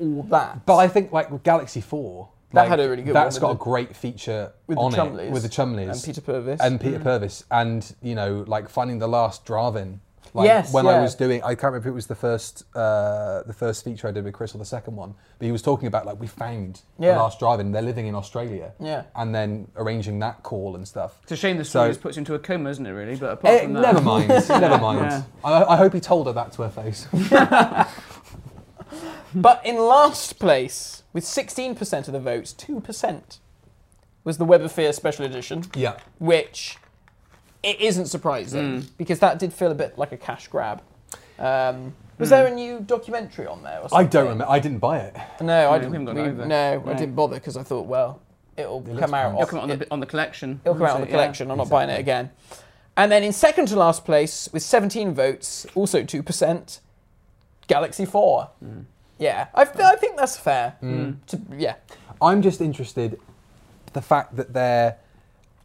B: all that.
C: But I think like Galaxy Four.
B: That
C: like,
B: had a really good
C: That's
B: one
C: got
B: with
C: a great feature
B: with the
C: on
B: Chumleys
C: it with the Chumleys
B: and Peter Purvis.
C: and Peter Purvis, and you know, like finding the last Dravin. Like
B: Yes,
C: when
B: yeah.
C: I was doing, I can't remember if it was the first, uh, the first feature I did with Chris or the second one, but he was talking about like we found
B: Yeah.
C: the last Dravin. They're living in Australia,
B: Yeah.
C: and then arranging that call and stuff.
E: It's a shame the
C: So-
E: story just puts you into a coma, isn't it? Really, but apart
C: Eh,
E: from that,
B: [LAUGHS]
C: never mind, never mind.
E: Yeah.
C: I, I hope he told her that to her face.
B: [LAUGHS]
C: [LAUGHS]
B: But in last place, with 16% of the votes, 2%, was the Web of Fear Special Edition,
C: yeah,
B: which it isn't surprising because that did feel a bit like a cash grab. Um, was there a new documentary on there? Or
C: I
B: something?
C: don't remember. I didn't buy it.
B: No,
E: No,
B: I
E: we haven't
B: didn't.
E: got
B: we-
E: that either.
B: no, I
E: No.
B: didn't bother because I thought, well, it'll
C: looks
B: come out.
C: fine.
E: It'll
B: off-
E: come out on the, on the collection.
B: It'll come out on the
E: Yeah.
B: collection. I'm not buying it again. And then in second to last place, with 17 votes, also 2%, Galaxy 4.
E: Mm.
B: Yeah, I, I think that's fair. To, yeah.
C: I'm just interested the fact that they're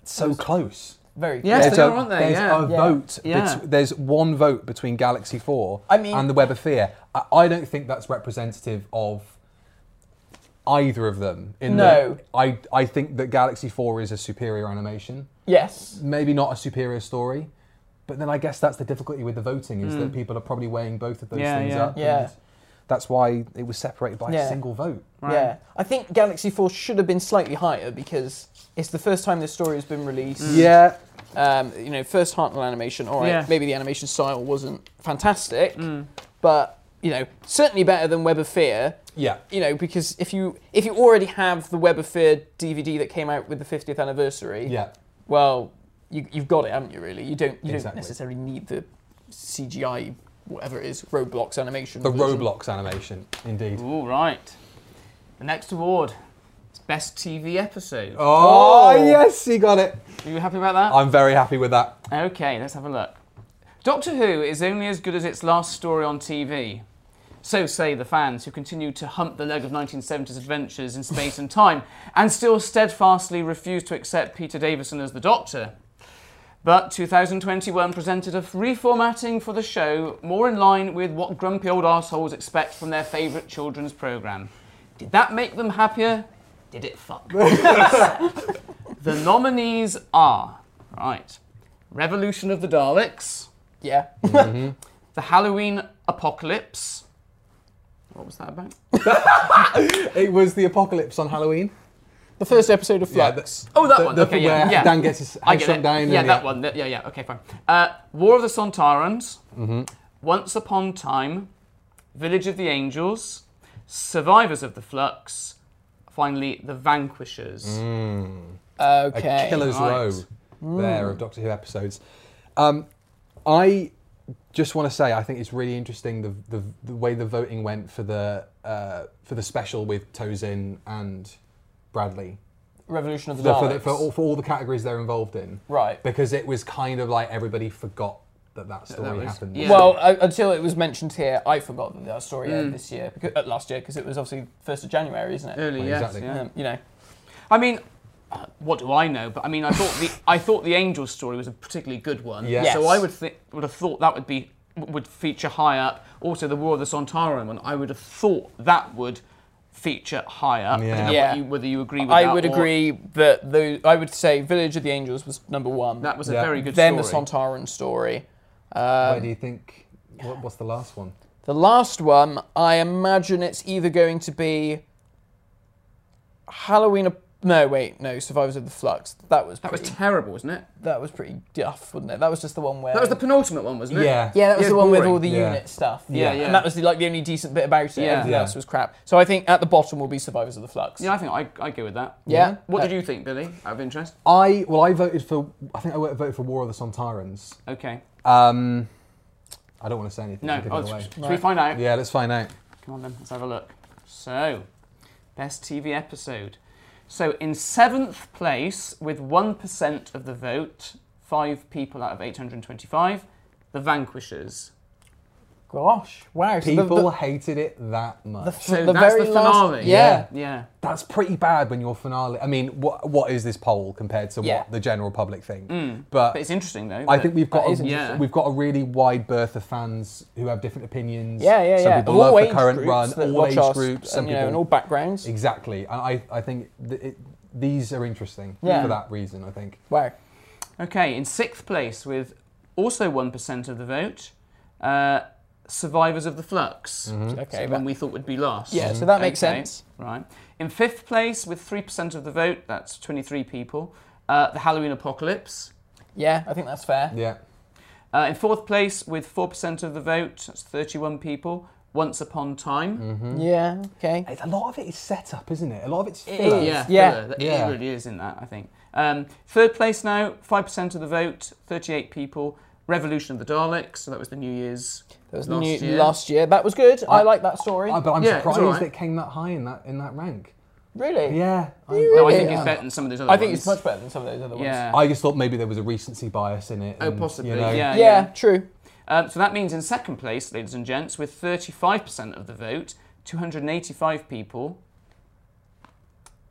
C: so close.
B: Very
E: Yeah. Yes,
C: there's
E: they
C: a,
E: are, aren't they?
C: There's
E: Yeah.
C: a
B: Yeah.
C: vote.
E: Yeah.
C: bet- there's one vote between Galaxy Four
B: I mean-
C: and the Web of Fear. I, I don't think that's representative of either of them. In
B: No.
C: that I I think that Galaxy Four is a superior animation,
B: Yes.
C: maybe not a superior story, but then I guess that's the difficulty with the voting is that people are probably weighing both of those
E: Mm. Yeah,
C: things
E: yeah.
C: up.
B: Yeah.
C: and That's why it was separated by
B: Yeah.
C: a single vote.
B: Yeah. I think Galaxy 4 should have been slightly higher because it's the first time this story has been released.
E: Mm.
C: Yeah.
B: Um, you know, first Hartnell animation. All right,
E: Yeah. Mm.
B: maybe the animation style wasn't fantastic, but, you know, certainly better than Web of Fear.
C: Yeah.
B: you know, because if you if you already have the Web of Fear DVD that came out with the 50th anniversary,
C: Yeah.
B: well, you, you've got it, haven't you? Really, you don't you don't
C: Exactly.
B: necessarily need the CGI whatever it is Roblox animation.
C: The
B: version.
C: Roblox animation, indeed.
E: All right. The next award is best TV episode.
C: Oh, yes, he got it.
E: Are you happy about that?
C: I'm very happy with that.
E: Okay, let's have a look. Doctor Who is only as good as its last story on TV. So say the fans who continue to hump the leg of 1970s adventures in space and time and still steadfastly refuse to accept Peter Davison as the Doctor. But 2021 presented a reformatting for the show more in line with what grumpy old assholes expect from their favourite children's programme. Did that make them happier? Did it fuck? the nominees are right Revolution of the Daleks,
B: Yeah,
E: The Halloween Apocalypse. What was that about?
C: It was the apocalypse on Halloween.
B: the first episode of
C: Yeah,
B: Flux.
E: Oh, that
C: The-
E: one.
C: the-
E: okay, yeah,
C: where
E: yeah.
C: Dan gets his
E: I
C: house
E: get
C: shut
E: it.
C: down
E: Yeah,
C: and
E: that
C: the-
E: one. Yeah, yeah. Okay, fine. Uh, War of the Sontarans.
C: Mm-hmm.
E: Once Upon Time. Village of the Angels.
C: Mm.
E: Survivors of the Flux. Finally, The Vanquishers.
B: Okay.
C: a killer's
D: Right.
C: row there of Doctor Who episodes. Um, I just want to say I think it's really interesting the, the the way the voting went for the uh, for the special with Tozin and Bradley
B: Revolution of the
C: The-
B: Daleks.
C: for, the, for, all, for all the categories they're involved in.
B: Right.
C: Because it was kind of like everybody forgot that that story
D: was-
C: happened.
D: yeah.
B: Well, I, until it was mentioned here, I forgot that our story
D: Mm.
B: aired this year, because, uh, last year, because it was obviously first of January, isn't it?
D: Early,
C: Well,
D: yes,
C: exactly.
D: yeah.
B: Um, you know,
D: I mean, uh, what do I know? But I mean, I thought the I thought the angel story was a particularly good one.
C: Yeah. Yes.
D: So I would thi- would have thought that would be would feature high up. Also, the War of the Sontaran one. I would have thought that would feature high up. I don't know
C: Yeah.
D: what you- whether you agree with that?
B: I would
D: or-
B: agree that the I would say Village of the Angels was number one.
D: That was a
C: Yeah.
D: very good
B: then
D: story.
B: the Sontaran story.
C: Where do you think? What, what's the last one?
B: The last one, I imagine it's either going to be Halloween. No, wait, no, Survivors of the Flux. That was
D: that was
B: pretty,
D: terrible, wasn't it?
B: that was pretty duff, wasn't it? That was just the one where
D: That was the penultimate one, wasn't it?
C: Yeah.
B: yeah, that was
D: yeah,
B: the one with
D: boring.
B: all the
C: Yeah.
B: unit stuff.
D: Yeah, yeah.
B: And that was the, like the only decent bit about it.
D: Yeah.
B: Everything
C: Yeah.
B: else was crap. So I think at the bottom will be Survivors of the Flux.
D: Yeah, I think I, I go with that.
B: Yeah.
D: What
B: Uh,
D: did you think, Billy? Out of interest.
C: I well, I voted for. I think I voted for War of the Sontarans.
D: Okay.
C: Um, I don't want to say anything.
D: No.
C: I'll give it
D: Oh,
C: away.
D: should we find out?
C: Yeah, let's find out.
D: Come on then, let's have a look. So, best TV episode. So, in seventh place, with 1% of the vote, five people out of 825, The Vanquishers.
B: Gosh, wow. so the-
C: People
B: the-
C: hated it that much.
D: So,
B: The
D: that's
B: very
D: the
B: last-
D: finale.
B: yeah.
D: Yeah.
C: That's pretty bad when your finale. I mean, what what is this poll compared to
B: Yeah.
C: what the general public think?
D: Mm. But it's interesting, though.
C: I
D: that-
C: think we've got
B: That
C: a,
B: is
D: interesting.
C: we've got a really wide berth of fans who have different opinions.
B: yeah, yeah,
C: Some
B: yeah.
C: people
B: All
C: love
B: age
C: the current
B: groups
C: run,
B: that
C: all
B: watch
C: age
B: us,
C: groups.
B: and,
C: Some
B: you know,
C: people
B: and all backgrounds.
C: exactly, and I I think th- it, these are interesting
B: Yeah.
C: for that reason. I think.
B: Wow.
D: Okay, in sixth place, with also 1% of the vote, uh, Survivors of the Flux.
B: Okay,
D: so
B: but-
D: one we thought would be last.
B: Yeah, so that makes sense.
D: Right. In fifth place, with 3% of the vote, that's 23 people, uh, The Halloween Apocalypse.
B: Yeah, I think that's fair.
C: Yeah.
D: Uh, in fourth place, with 4% of the vote, that's 31 people, Once Upon Time.
B: Yeah, okay.
C: It's, a lot of it is set up, isn't it? A lot of it's
D: It
C: filler.
D: is, yeah,
B: Yeah.
D: filler. It
C: Yeah.
D: really is in that, I think. Um, third place now, 5% of the vote, 38 people, Revolution of the Daleks, so that was the New Year's
B: That was
D: last
B: new,
D: year.
B: last year. That was good. I, like that story.
C: I- but I'm
D: Yeah, it's
C: surprised
D: alright.
C: that it came that high in that in that rank.
B: really?
C: Yeah. I,
D: No, Oh, I
B: Really?
D: think
B: Yeah.
D: it's better than some of those other
B: I
D: ones.
B: think it's much better than some of those other
D: Yeah.
B: ones.
C: I just thought maybe there was a recency bias in it.
D: Oh,
C: and,
D: possibly.
C: you know.
D: Yeah.
B: Yeah, true.
D: Um, so that means in second place, ladies and gents, with 35% of the vote, 285 people,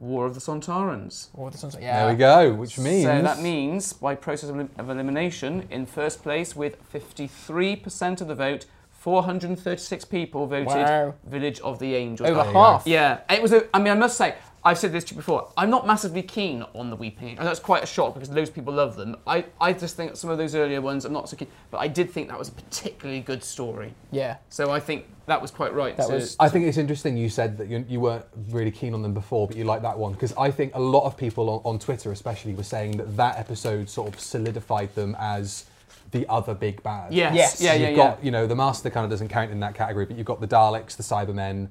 D: War of the Sontarans.
C: Oh,
B: Or the sunset-
C: There we
B: yeah.
C: go. Which means
D: So that means, by process of, elim- of elimination, in first place with 53% of the vote, 436 people voted
B: Wow.
D: Village of the Angels.
B: Over
C: There you go.
B: half.
D: Yeah, it was. A, I mean, I must say, I've said this to you before. I'm not massively keen on the Weeping Angel. That's quite a shock because loads of people love them. I, I just think some of those earlier ones, I'm not so keen. But I did think that was a particularly good story.
B: Yeah.
D: So I think that was quite right.
B: That
D: to-
B: was-
C: I think it's interesting you said that you, you weren't really keen on them before, but you like that one because I think a lot of people on, on Twitter, especially, were saying that that episode sort of solidified them as the other big bad.
D: Yes.
B: Yes.
D: Yeah, yeah,
C: you've
D: yeah.
C: got you know the Master kind of doesn't count in that category, but you've got the Daleks, the Cybermen,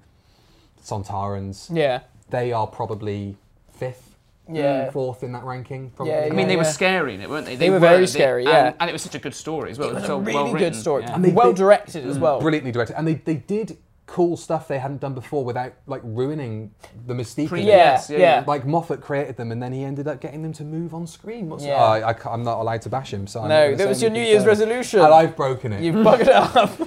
C: Sontarans.
B: Yeah.
C: They are probably fifth,
B: Yeah.
C: fourth in that ranking. Probably.
B: Yeah,
D: I mean, they were
B: yeah.
D: scary in it, weren't they?
B: They were very scary, yeah.
D: And, and it was such a good story as well. It was,
B: That's
D: so
B: a really
D: well written,
B: good story.
D: yeah. Mm.
C: And they-
B: well
C: they-
B: directed as well.
C: brilliantly directed, and they they did cool stuff they hadn't done before without like ruining the mystique. of it.
D: Pre-
B: Yeah,
D: Yes, yeah,
B: yeah.
D: yeah.
C: Like Moffat created them, and then he ended up getting them to move on screen. What's
B: Yeah.
C: oh, I, I, ca- I'm not allowed to bash him. So I'm not
B: No,
C: gonna
B: that
C: say
B: was your New
C: anything
B: Year's
C: further.
B: resolution. [LAUGHS]
C: and I've broken it.
B: You've buggered
C: [LAUGHS]
B: up.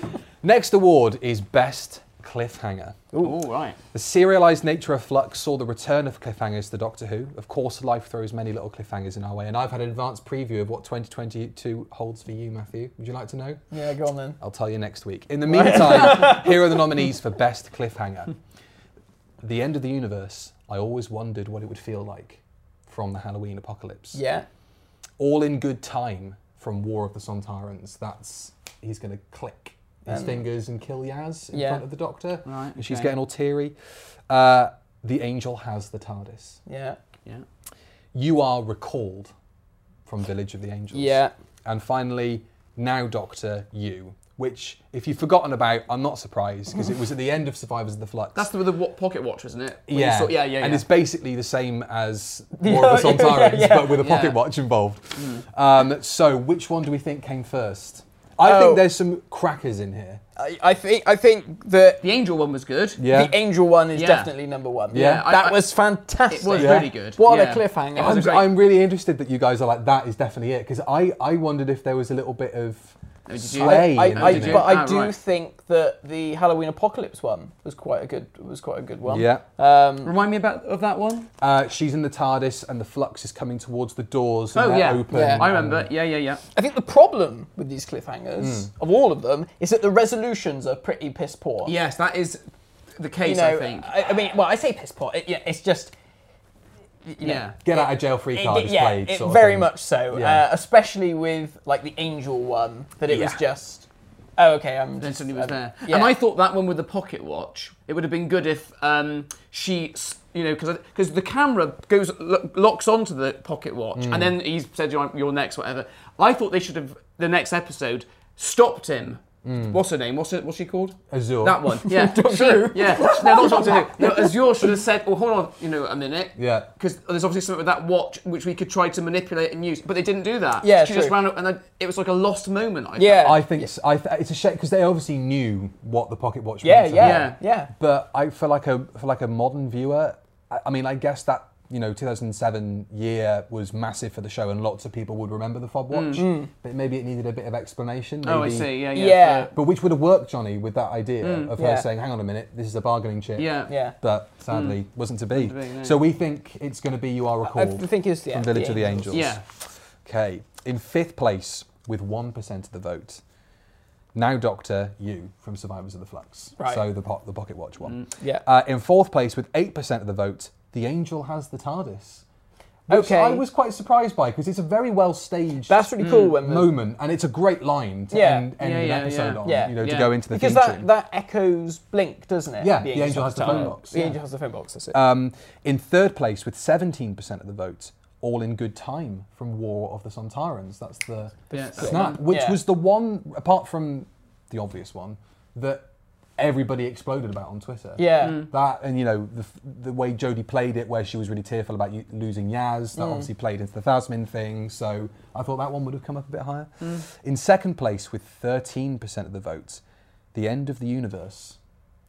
C: Next award is best cliffhanger.
D: All right.
C: The serialized nature of Flux saw the return of cliffhangers to Doctor Who. Of course, life throws many little cliffhangers in our way, and I've had an advanced preview of what 2022 holds for you, Matthew. Would you like to know?
B: yeah, go on then.
C: I'll tell you next week. In the meantime, here are the nominees for Best Cliffhanger The End of the Universe. I always wondered what it would feel like from the Halloween apocalypse.
B: Yeah.
C: All in Good Time from War of the Sontarans. That's, he's going to click his fingers and kill Yaz in
B: Yeah.
C: front of the doctor.
D: Um, Right,
C: And she's
D: okay.
C: getting all teary. Uh, the Angel Has the TARDIS.
B: Yeah.
D: Yeah.
C: You Are Recalled from Village of the Angels.
B: Yeah.
C: And finally, Now Doctor, You which, if you've forgotten about, I'm not surprised because it was at the end of Survivors of the Flux.
D: That's the, with the wa- pocket watch, isn't it? When you
C: yeah.
D: saw- yeah, yeah,
C: And
D: yeah.
C: it's basically the same as War of the
B: Yeah, yeah,
C: Sontarans,
B: yeah.
C: but with a pocket
D: Yeah.
C: watch involved. Um, so, which one do we think came first? I
B: Oh.
C: think there's some crackers in here.
B: I, I think I think that
D: The angel one was good.
C: Yeah.
B: the Angel one is
D: Yeah.
B: definitely number one.
C: Yeah.
D: I-
B: that
D: I-
B: was fantastic.
D: It was
C: Yeah.
D: really good.
B: What
D: Yeah.
B: a cliffhanger!
D: was a
C: I'm,
D: great-
C: I'm really interested that you guys are like that is definitely it because I, I wondered if there was a little bit of
D: did you-
C: sway.
B: I,
C: in
B: I,
D: did
C: it.
D: you?
B: but I
D: Ah,
B: do
D: right.
B: think that the Halloween Apocalypse one was quite a good was quite a good one.
C: Yeah.
B: Um,
D: Remind me about of that one.
C: Uh, she's in the TARDIS and the flux is coming towards the doors and
D: Oh
C: they're
D: yeah.
C: open. Um,
D: yeah, I
C: and-
D: remember. Yeah, yeah, yeah.
B: I think the problem with these cliffhangers
C: Hmm.
B: of all of them is that the resolutions are pretty piss poor.
D: Yes, that is the
B: you
D: case.
B: know. uh,
D: I think.
B: I, I mean, well, I say piss poor. It, yeah, it's just
D: yeah.
C: Get out of jail free
B: It-
C: card
B: it-
C: is
B: yeah,
C: played.
B: it
C: sort of
B: very
C: thing.
B: much so.
C: Yeah.
B: Uh, especially with like the angel one, that it was
C: Yeah.
B: just, oh okay, I'm
D: Then
B: just.
D: suddenly was
B: um,
D: there.
B: yeah.
D: And I thought that one with the pocket watch, it would have been good if um, she, s- you know, because because the camera goes lo- locks onto the pocket watch,
B: Mm.
D: and then he said you're, you're next, whatever. I thought they should have the next episode stopped him.
B: Mm.
D: What's her name? What's it? What's she called?
C: Azure.
D: That
B: [LAUGHS]
D: one. Yeah.
B: Doctor Who.
D: Yeah. No, not Doctor Who. No, Azure should have said, "Well, hold on, you know, a minute."
C: Yeah.
D: Because there's obviously something with that watch which we could try to manipulate and use, but they didn't do that.
B: Yeah,
D: She just
B: true.
D: ran up, and then it was like a lost moment. I felt.
B: Yeah.
C: I think s I th- it's a shame because they obviously knew what the pocket watch.
B: Yeah,
C: meant for
B: yeah,
C: her.
B: yeah.
C: But I for like a for like a modern viewer, I, I mean, I guess that you know 2007 year was massive for the show, and lots of people would remember the fob watch.
B: Mm.
C: But maybe it needed a bit of explanation.
D: Oh, I
C: maybe-
D: see. Yeah. Yeah.
B: Yeah.
C: But which would have worked, Johnny, with that idea of her
B: Yeah.
C: saying, "Hang on a minute, this is a bargaining chip."
D: Yeah. Mm.
B: Yeah.
C: But sadly, wasn't to be.
D: be, no.
C: So we think it's going to be you are
B: I
C: recalled.
B: think it's yeah,
C: From Village of the Angels.
D: Yeah.
C: Okay. In fifth place, with 1% of the vote, now Doctor, you from Survivors of the Flux.
B: Right. Mm,
C: So the, po- the Pocket Watch one.
B: Yeah.
C: Uh, in fourth place, with 8% of the vote, The Angel has the TARDIS. Which
B: Okay.
C: I was quite surprised by because it's a very well staged
B: That's really cool
D: Hmm.
B: when the,
C: moment and it's a great line to
B: Yeah.
C: end, end
D: Yeah,
C: an
D: yeah,
C: episode
D: yeah.
C: on,
B: Yeah.
C: you know,
D: Yeah.
C: to go into the
B: because
C: theme
B: that,
C: tune.
B: that echoes Blink, doesn't it?
C: Yeah, the angel has the phone
B: tower.
C: box,
B: The
C: yeah.
B: angel has the phone box. That's it.
C: Um, in third place, with 17% of the vote, All in Good Time from War of the Sontarans. That's the,
D: Yeah.
C: snap, which
B: Yeah.
C: was the one, apart from the obvious one, that everybody exploded about on Twitter.
B: yeah. Mm.
C: That and you know the, f- the way Jodie played it, where she was really tearful about you, losing Yaz,
B: Mm.
C: that obviously played into the Thasmin thing. So I thought that one would have come up a bit higher.
B: Mm.
C: In second place, with 13% of the vote, the end of the universe.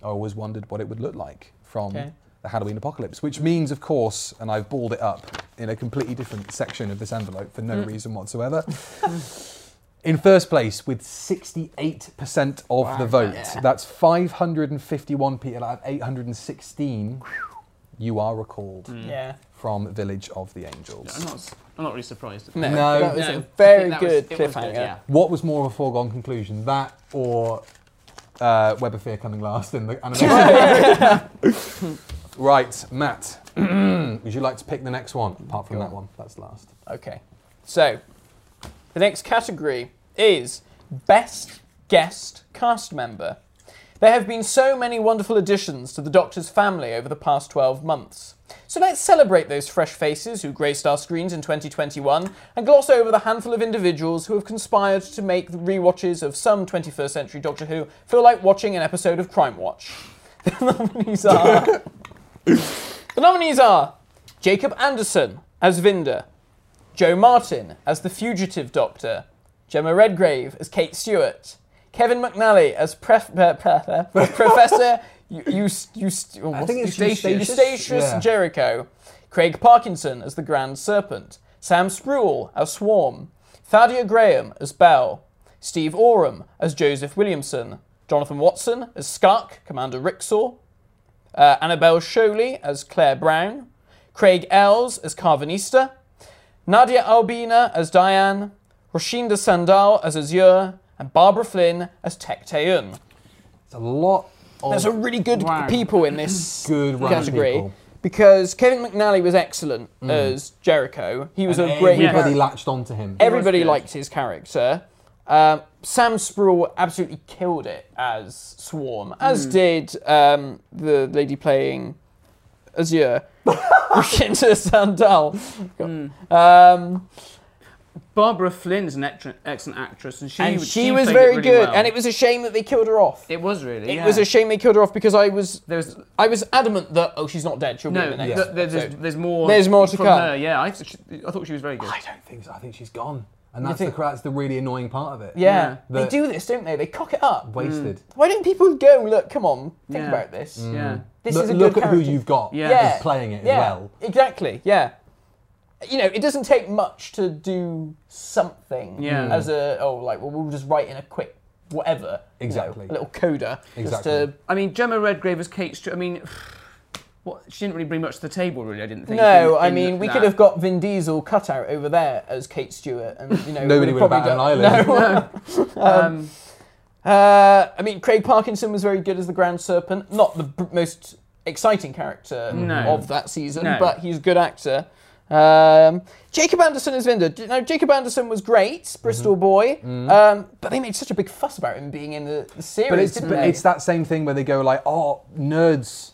C: I always wondered what it would look like from
B: Okay.
C: the Halloween apocalypse, which means, of course, and I've balled it up in a completely different section of this envelope for
B: Mm.
C: no reason whatsoever. [LAUGHS] In first place, with 68% of the vote, that's 551 people out of 816. You are recalled
B: Mm.
D: Mm.
B: Yeah.
C: from Village of the Angels.
D: I'm not. I'm not really surprised.
B: No,
C: No.
B: that
D: No,
B: was
D: I
B: a
D: think
B: very
D: that was-
B: good
D: it was
B: cliffhanger.
D: yeah.
C: What was more of a foregone conclusion, that or uh, Web of Fear coming last in the animation?
B: [LAUGHS]
C: [LAUGHS] right, Matt, [CLEARS THROAT] would you like to pick the next one apart from that one? That's last.
B: Okay. So, the next category is Best Guest Cast Member. There have been so many wonderful additions to the Doctor's family over the past 12 months. So let's celebrate those fresh faces who graced our screens in 2021 and gloss over the handful of individuals who have conspired to make the rewatches of some 21st century Doctor Who feel like watching an episode of Crime Watch. [LAUGHS] The nominees are. the nominees are Jacob Anderson as Vinder, Joe Martin as the fugitive doctor, Gemma Redgrave as Kate Stewart, Kevin McNally as pref- [LAUGHS] uh, pre- uh, Professor Eu- Eus- Eus- oh, what's-
C: think it's
B: Eustachius,
C: Eustachius.
B: Eustachius
C: Yeah.
B: Jericho, Craig Parkinson as the Grand Serpent, Sam Spruill as Swarm, Thadia Graham as Bell, Steve Oram as Joseph Williamson, Jonathan Watson as Skark, Commander Rixor, uh, Annabelle Sholey as Claire Brown, Craig Ells as Carvanista, Nadia Albina as Diane, Roshinda Sandal as Azure, and Barbara Flynn as Tecteun.
C: It's a lot of
B: There's a really good
D: Wow.
B: people in this
C: [CLEARS THROAT] Good round of
B: category.
C: people. Mm.
B: Because Kevin McNally was excellent as Jericho. He was a great
C: Everybody
D: Yeah.
C: latched onto him.
B: everybody
D: good.
B: liked his character. Um, Sam Spruill absolutely killed it as Swarm,
D: Hmm.
B: as did um, the lady playing [LAUGHS]
D: Hmm.
B: Azure, Roshinda Sandal. Um,
D: Barbara Flynn's an ex- excellent actress, and she
B: and
D: was-
B: she was
D: played
B: very
D: it really
B: good,
D: well.
B: and it was a shame that they killed her off.
D: it was really
B: It
D: yeah.
B: was a shame they killed her off because I was
D: There was
B: I was adamant that oh she's not dead she'll be in
D: no,
B: the next
D: th- there's, there's,
B: episode.
D: there's more.
B: There's more to
D: from
B: come.
D: Her. Yeah, I, th- I thought she was very good.
C: I don't think so. I think she's gone. And that's,
B: think-
C: the, that's the really annoying part of it.
B: yeah, Mm.
C: The-
B: they do this don't they they cock it up
C: Wasted.
B: why don't people go look come on think
D: Yeah. Mm.
B: about this
D: Yeah.
B: this
C: look
B: is a
C: look
B: good
C: at
B: character.
C: who you've got
D: Yeah.
C: yeah.
B: yeah
C: is playing it
B: yeah,
C: as well.
B: exactly yeah you know it doesn't take much to do something
D: Yeah.
B: as a oh like well we'll just write in a quick whatever you know,
C: Exactly.
B: a little coda just to
C: Exactly.
D: I mean, Gemma Redgrave as Kate Stewart. I mean, [SIGHS] what she didn't really bring much to the table, really. I didn't think.
B: No,
D: in-
B: I
D: in
B: mean we
D: that.
B: could have got Vin Diesel cut out over there as Kate Stewart, and you know
C: [LAUGHS] Nobody
B: we'd
C: would have
B: probably
C: batted an
B: done-
C: eyelid.
B: No.
D: Um,
B: Uh, I mean, Craig Parkinson was very good as the Grand Serpent, not the b- most exciting character
D: No.
B: of that season,
D: No.
B: but he's a good actor. Um, Jacob Anderson as Vinda. D- Now, Jacob Anderson was great, Bristol boy, um, but they made such a big fuss about him being in the, the series,
C: But it's
B: didn't
C: but
B: they?
C: it's that same thing where they go like, oh, nerds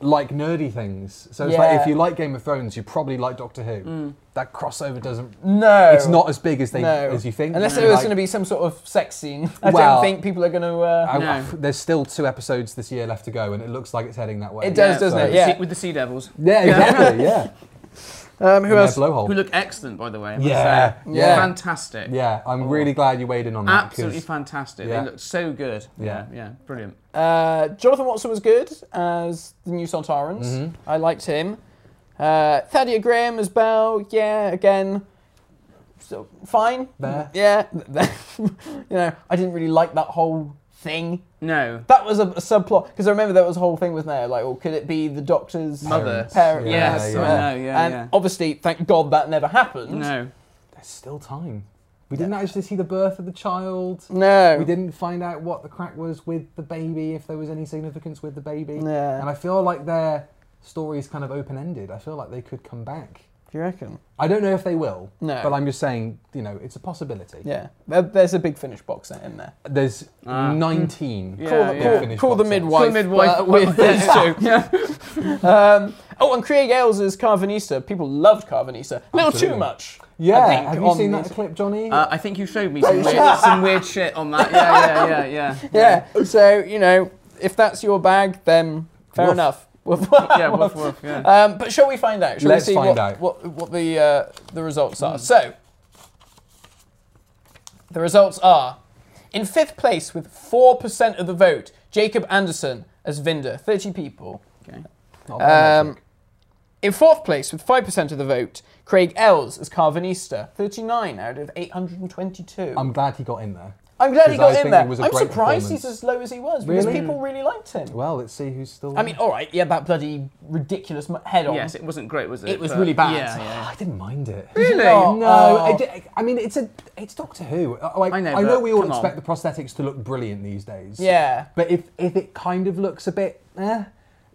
C: like nerdy things. So it's
B: Yeah. Mm.
C: like if you like Game of Thrones, you probably like Doctor Who. That crossover doesn't.
B: no,
C: It's not as big as they
B: no.
C: as you think.
B: Unless there was
C: Like,
B: going to be some sort of sex scene, I
C: Well,
B: don't think people are going to. Uh,
C: I-
D: No.
C: I- there's still two episodes this year left to go, and it looks like it's heading that way.
B: It does, doesn't
C: so-
B: it? Yeah.
D: With the Sea Devils,
C: Yeah, exactly. Yeah.
B: [LAUGHS] um, who
C: And
B: else?
C: their blowhole.
D: who look excellent, by the way. I must
C: Yeah,
D: say.
C: yeah.
D: fantastic.
C: Yeah,
B: Oh.
C: I'm really glad you weighed in on that.
D: absolutely
C: 'cause-
D: fantastic.
C: Yeah.
D: They looked so good.
C: Yeah.
D: yeah, brilliant.
B: Uh, Jonathan Watson was good as the new Sontarans. I liked him. Uh, Thadia Graham as Belle, yeah, again, so fine.
C: There.
B: Yeah. you know, I didn't really like that whole thing.
D: No,
B: That was a, a subplot because I remember there was a whole thing with there, like, well, could it be the Doctor's
D: Mother.
B: Parent,
C: Yeah,
D: yes,
C: yeah.
D: I know. Yeah,
B: and
D: yeah.
B: obviously, thank God that never happened.
D: no.
C: There's still time. We didn't actually see the birth of the child.
B: No.
C: We didn't find out what the crack was with the baby, if there was any significance with the baby.
B: Yeah.
C: And I feel like their story is kind of open ended. I feel like they could come back.
B: Do you reckon?
C: I don't know if they will.
B: No.
C: But I'm just saying, you know, it's a possibility.
B: Yeah. There- There's a big finish box set in there.
C: There's 19.
D: Call the- yeah.
B: Call,
C: finished
B: call the
C: box sets.
B: midwife.
D: Call the midwife. [LAUGHS]
B: uh, with this too.
D: Yeah.
B: Um, oh, and Craig Ailes as Carvanista. People loved Carvanista. A little too
C: Absolutely.
B: much.
C: Yeah.
B: I think,
C: Have you
B: on
C: seen
B: the-
C: that clip, Johnny?
D: Uh, I think you showed me some weird, some weird shit on that. Yeah, yeah, yeah, [LAUGHS] yeah.
B: Yeah. So you know, if that's your bag, then fair
C: Woof.
B: enough. [LAUGHS] Woof.
D: Yeah, woof, woof, yeah.
B: Um, but shall we find out? Shall
C: Let's
B: we see
C: find
B: what,
C: out. Hmm.
B: what what the uh, the results are? So the results are in fifth place with four percent of the vote. Jacob Anderson as Vinder, thirty people.
D: Okay.
C: Not that
B: um,
C: magic.
B: In fourth place, with 5% of the vote, Craig Ells as Carvanista, 39 out of 822.
C: I'm glad he got in there.
B: I'm glad he
C: 'Cause I
B: got in
C: think
B: there.
C: it was a
B: I'm
C: great
B: surprised
C: performance.
B: he's as low as he was because
C: Really?
B: people really liked him.
C: Well, let's see who's still.
B: I mean, all right, yeah, that bloody ridiculous mu- head on.
D: Yes, it wasn't great, was it?
B: It was
D: But-
B: really bad.
D: Yeah, yeah.
C: Ah, I didn't mind it.
D: Really?
B: No.
C: No,
B: Oh.
C: I, di- I mean it's a it's Doctor Who. Uh, Like,
D: I
C: I
D: know,
C: know.
D: but
C: we all
D: come on.
C: expect the prosthetics to look brilliant these days.
B: Yeah.
C: But if if it kind of looks a bit, eh,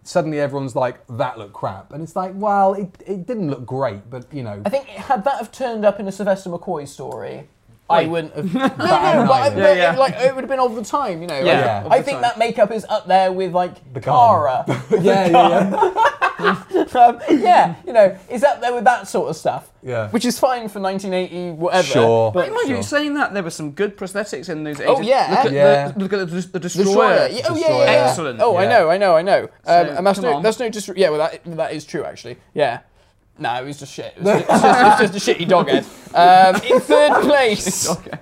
C: suddenly everyone's like that looked crap, and it's like, well, it, it didn't look great, but you know,
B: I think had that have turned up in a Sylvester McCoy story, I wouldn't [LAUGHS] have. no, no, but,
C: I'm
B: I,
C: not
B: but
D: either.
B: It, like it would have been over the time, you know. like,
D: Yeah,
C: of
B: I
D: the
B: think
D: time.
B: that makeup is up there with like
C: The
B: Cara.
C: gun. [LAUGHS] yeah, yeah, yeah.
B: um, yeah, you know, is up there with that sort of stuff.
C: [LAUGHS] Yeah.
B: Which is fine for 1980, whatever.
C: Sure.
B: But
D: Mind you,
C: Sure.
D: saying that, there were some good prosthetics in those.
B: Oh,
D: ages.
B: yeah.
D: Look at,
C: Yeah.
D: The, look at the, the destroyer.
B: Destroyer. Yeah, Oh, yeah, yeah,
C: Destroyer.
B: yeah.
D: Excellent.
B: Oh, I
C: Yeah.
B: know, I know, I know. Um,
D: So,
B: and that's
D: come
B: no,
D: on. [LAUGHS]
B: that's no just. Yeah, well, that, that is true, actually. Yeah. No, it was just shit. It was just, it's, just, it's just a shitty dog head. Um, in [LAUGHS] third place,
D: Okay.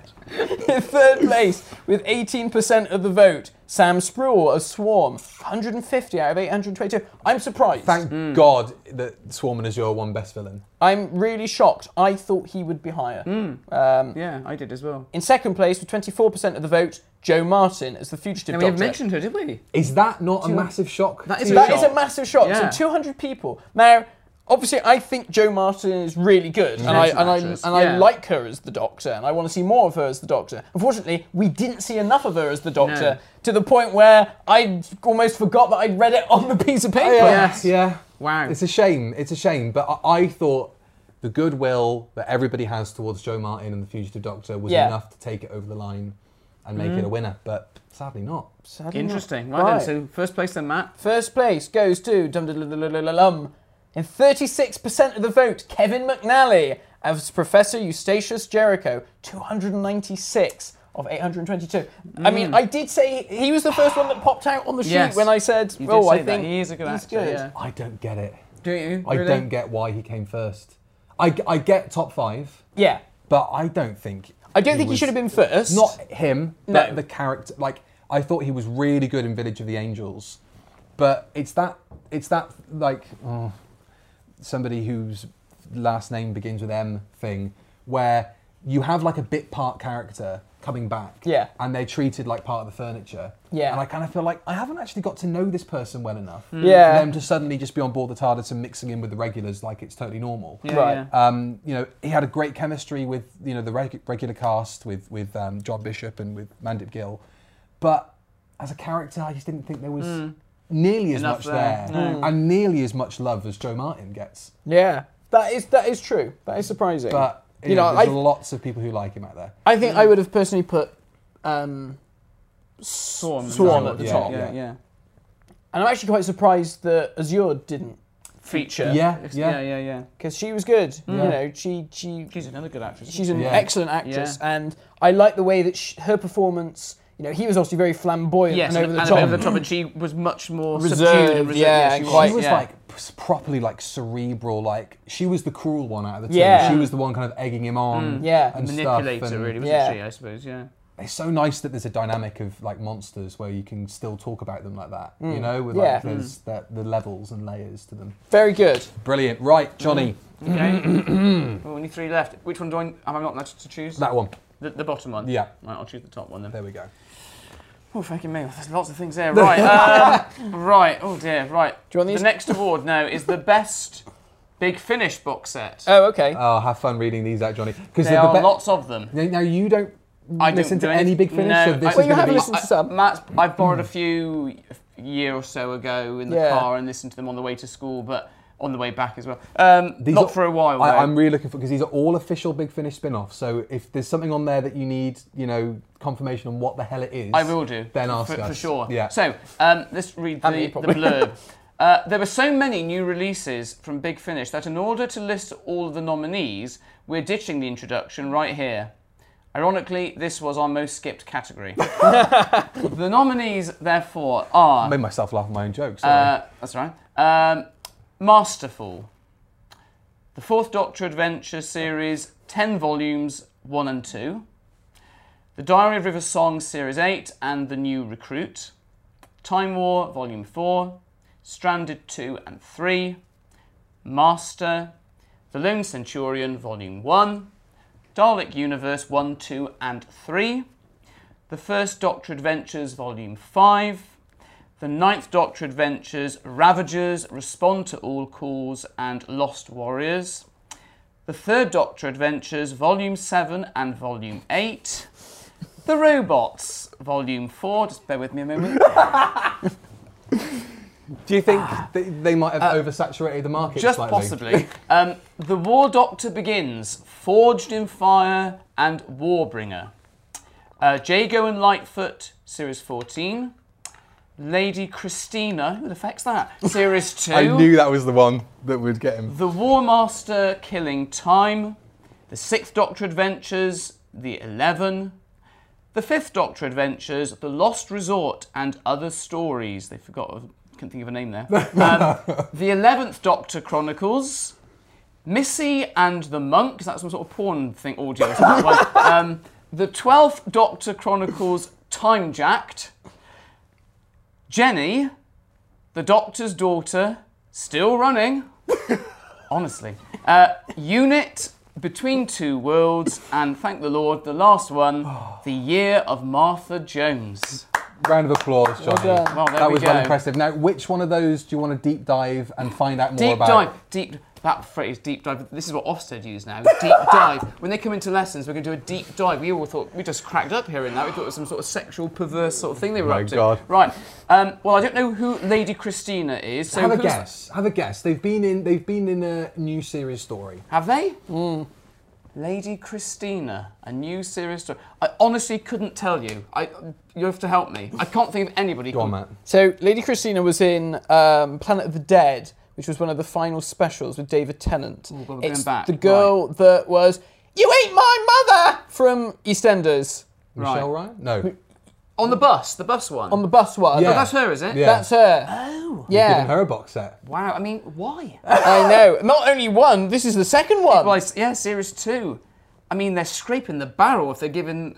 B: in third place, with 18% of the vote, Sam Spruill as Swarm, 150 out of 822. I'm surprised.
C: Thank God that Swarm and Azure won Best Villain.
B: I'm really shocked. I thought he would be higher.
D: Yeah, I did as well.
B: In second place, with 24% of the vote, Joe Martin as the fugitive
D: And we
B: doctor.
D: have mentioned her, did we?
C: Is that not a massive shock?
D: That
C: to
D: is
C: you?
D: a
B: That
D: shock.
B: is a massive shock.
D: Yeah.
B: So 200 people. Now, obviously, I think Joe Martin is really good, and I
D: Excellent
B: and I and
D: actress.
B: I
D: Yeah.
B: like her as the Doctor, and I want to see more of her as the Doctor. Unfortunately, we didn't see enough of her as the Doctor
D: No.
B: to the point where I almost forgot that I'd read it on the piece of
D: Oh,
B: paper.
D: Yes.
C: Yeah.
D: Wow.
C: It's a shame. It's a shame. But I, I thought the goodwill that everybody has towards Joe Martin and the Fugitive Doctor was
B: Yeah. Mm-hmm.
C: enough to take it over the line and make it a winner. But sadly, not.
B: Sadly not.
D: Interesting. Well
B: Right.
D: then, so first place then, Matt.
B: First place goes to dum dum dum dum dum dum. In 36% of the vote, Kevin McNally as Professor Eustachius Jericho, 296 of 822. I mean, I did say he was the first one that popped out on the sheet
D: Mm. Yes.
B: when I said,
D: You did
B: oh,
D: say
B: I
D: that.
B: think
D: He is a good
B: he's
D: actor, yeah.
C: I don't get it.
B: Do you?
C: I
B: really?
C: don't get why he came first. I, I get top five,
B: Yeah.
C: but I don't think.
B: I don't think he
C: was-
B: should have been first.
C: Not him, but
B: No.
C: the character. Like I thought he was really good in Village of the Angels, but it's that it's that like oh, somebody whose last name begins with M thing where you have like a bit part character coming back,
B: Yeah.
C: and they're treated like part of the furniture,
B: Yeah. Mm.
C: And I kind of feel like I haven't actually got to know this person well enough,
B: Yeah.
C: for them to suddenly just be on board the TARDIS and mixing in with the regulars like it's totally normal,
D: Yeah,
B: Right.
D: yeah.
C: um, you know, he had a great chemistry with you know the reg- regular cast with with um, John Bishop and with Mandip Gill, but as a character, I just didn't think there was nearly as
D: Enough
C: much
D: there.
C: Hmm. there, Hmm. and nearly as much love as Joe Martin gets.
B: Yeah. That is that is true. That is surprising.
C: But you, know, there's lots of people who like him out there.
B: I think I would have personally put um,
D: Swan.
B: Swan at the
C: Yeah,
B: top.
D: Yeah,
C: yeah.
D: yeah.
B: And I'm actually quite surprised that Azure didn't feature.
C: Yeah,
D: It's-
C: yeah.
D: yeah, Mm. yeah, yeah.
B: Because she was good. You know, she she
D: She's another good actress.
B: she's an
C: Yeah.
B: excellent actress, and I like the way that sh her performance. You know, he was obviously very flamboyant
D: yes,
B: and
D: and
B: over the
D: and
B: top.
D: over the top, and she was much more subdued.
B: Reserved,
D: And reserved.
B: yeah,
D: she
B: and
D: was,
B: quite-
C: she was
D: yeah.
C: like p- properly like cerebral, like she was the cruel one out of the two.
B: Yeah.
C: She was the one kind of egging him on,
B: Yeah.
C: and
D: manipulator,
C: stuff, and-
D: really, wasn't
B: yeah.
D: she? I suppose, yeah.
C: it's so nice that there's a dynamic of like monsters where you can still talk about them like that,
D: Mm.
C: you know, with
B: Yeah.
C: like there's the, the levels and layers to them.
B: Very good.
C: Brilliant. Right, Johnny,
D: Mm. Okay.
B: [CLEARS THROAT]
D: well, only three left. Which one do I? Am I not allowed to choose?
C: that one.
D: The, the bottom one.
C: Yeah.
D: Right, I'll choose the top one then.
C: There we go.
D: Oh, thank you, me. There's lots of things there.
B: [LAUGHS]
D: Right. Um, right. Oh dear. Right.
B: Do you want these?
D: The next award now is the best Big Finish box set.
B: Oh, okay.
C: Oh, have fun reading these out, Johnny. Because
D: there are lots of them.
C: Now, now you don't
D: I don't
C: listen
D: do
C: to
D: anything-
C: any big finish.
D: no,
C: so this
D: I-
B: Well,
C: is
B: you
C: going
B: have
C: to be.
B: listened to some.
D: Matt's, I borrowed a few a year or so ago in the
B: Yeah.
D: car and listened to them on the way to school, but on the way back as well. Um, not
C: are-
D: for a while.
C: I,
D: though.
C: I'm really looking for because these are all official Big Finish spin-offs. So if there's something on there that you need, you know, confirmation on what the hell it is,
D: I will do.
C: Then
D: for,
C: ask
D: for,
C: us
D: for sure.
C: Yeah.
D: So um, let's read the,
B: many
D: the
B: probably?
D: blurb. Uh, there were so many new releases from Big Finish that in order to list all of the nominees, we're ditching the introduction right here. Ironically, this was our most skipped category. the nominees, therefore,
C: I
D: are
C: made myself laugh at my own jokes.
D: uh, that's right. Um, Masterful, the Fourth Doctor Adventure series, ten volumes, one and two. The Diary of River Song series eight and the New Recruit. Time War volume four, Stranded two and three. Master, The Lone Centurion volume one, Dalek Universe one, two and three. The First Doctor Adventures Volume 5, the Ninth Doctor Adventures, Ravagers, Respond to All Calls, and Lost Warriors. The Third Doctor Adventures, Volume 7 and Volume 8. The Robots, Volume 4. Just bear with me a moment.
C: do you think they, they might have oversaturated the market
D: uh, Just
C: slightly?
D: possibly. Um, the War Doctor Begins, Forged in Fire, and Warbringer. Uh, Jago and Lightfoot, Series 14. Lady Christina, who the feck's that? Series 2.
C: I knew that was the one that would get him.
D: The War Master Killing Time, The Sixth Doctor Adventures, The Eleven, The Fifth Doctor Adventures, The Lost Resort, and Other Stories. They forgot, I couldn't think of a name there. Um, the Eleventh Doctor Chronicles, Missy and the Monk, is that some sort of porn thing audio? or something? Well, [LAUGHS] um, the Twelfth Doctor Chronicles, Time Jacked, Jenny, The Doctor's Daughter, Still [LAUGHS] Running. Honestly. Uh, unit Between Two Worlds, and thank the Lord, the last [SIGHS] one, The Year of Martha Jones.
C: Round of applause, Johnny.
B: done.
D: Well, there
C: that
D: we
C: was well
D: go.
C: impressive. Now, which one of those do you want to deep dive and find out more
D: Deep
C: about?
D: dive, deep. That phrase, deep dive. This is what Ofsted use now. Deep
C: [LAUGHS]
D: dive. When they come into lessons, we're going to do a deep dive. We all thought we just cracked up here and that. We thought it was some sort of sexual, perverse sort of thing they were
C: My
D: up to.
C: God.
D: Right. Um, well, I don't know who Lady Christina is. So
C: Have a
D: who's-
C: guess. Have a guess. They've been in. They've been in a new series story.
D: Have they?
C: Hmm.
D: Lady Christina, a new series story. I honestly couldn't tell you. I, you have to help me. I can't think of anybody.
C: Go on, Matt.
B: So Lady Christina was in um, Planet of the Dead, which was one of the final specials with David Tennant.
D: Ooh, well, Oh, we're
B: it's
D: going back,
B: the girl that was "You ain't my mother" from EastEnders
C: Michelle Ryan? No.
D: On the bus, the bus one.
B: on the bus one.
C: Yeah.
D: Oh, That's her, is it?
C: Yeah.
B: That's her. Oh.
C: Given
B: Yeah.
C: her a box set.
D: Wow. I mean, why?
B: I know. Not only one. This is the second one.
D: Well, it's- yeah, series two. I mean, they're scraping the barrel if they're giving,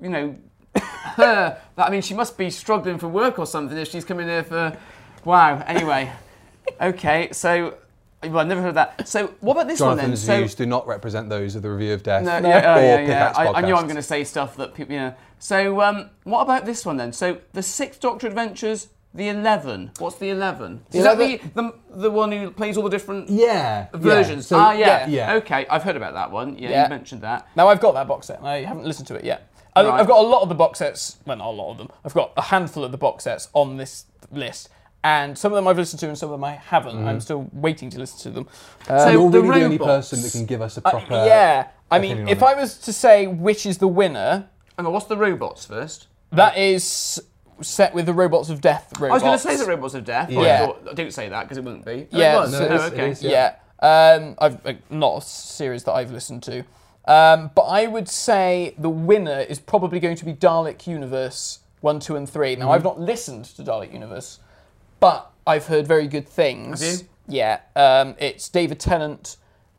D: you know, [LAUGHS] her. That, I mean, she must be struggling for work or something if she's coming here for. Wow. Anyway, [LAUGHS] okay. So, well, I never heard of that. So, what about this one then?
C: Jonathan's
D: So,
C: views do not represent those of the Review of [LAUGHS] Death.
D: no, yeah,
C: or
D: oh, yeah, yeah.
C: Pickaxe
D: I, I knew I'm
C: Podcast.
D: going to say stuff that people, you know. So, um, what about this one then? So, the Sixth Doctor Adventures, the Eleven. What's the Eleven? Is that the, the the one who plays all the different?
C: Yeah.
D: versions.
C: Yeah. So-
D: ah, yeah.
C: yeah. Yeah.
D: Okay, I've heard about that one. Yeah,
B: Yeah.
D: you mentioned that.
B: Now I've got that box set. and I haven't listened to it yet. I,
D: Right.
B: I've got a lot of the box sets. Well, not a lot of them. I've got a handful of the box sets on this list, and some of them I've listened to, and some of them I haven't.
D: Mm-hmm.
B: I'm still waiting to listen to them. Uh,
D: So
C: You're
D: the Uh,
C: really the only
D: robots.
C: person that can give us a proper.
B: yeah, I
C: opinion
B: mean,
C: on
B: if
C: it.
B: I was to say which is the winner,
D: Hang on, what's the robots first?
B: that is set with the robots of death.
D: I was
B: Robots.
D: going to say the robots of death. but
B: Yeah.
D: I, thought, I didn't say that because it wouldn't be. Oh,
B: Yeah,
D: It was.
B: No,
D: Oh,
B: it is,
C: it
D: okay.
C: is,
B: Yeah. Um, I've uh, not a series that I've listened to, um, but I would say the winner is probably going to be Dalek Universe one, two, and three.
D: Mm-hmm.
B: Now I've not listened to Dalek Universe, but I've heard very good things.
D: Have you?
B: Yeah. Um, it's David Tennant,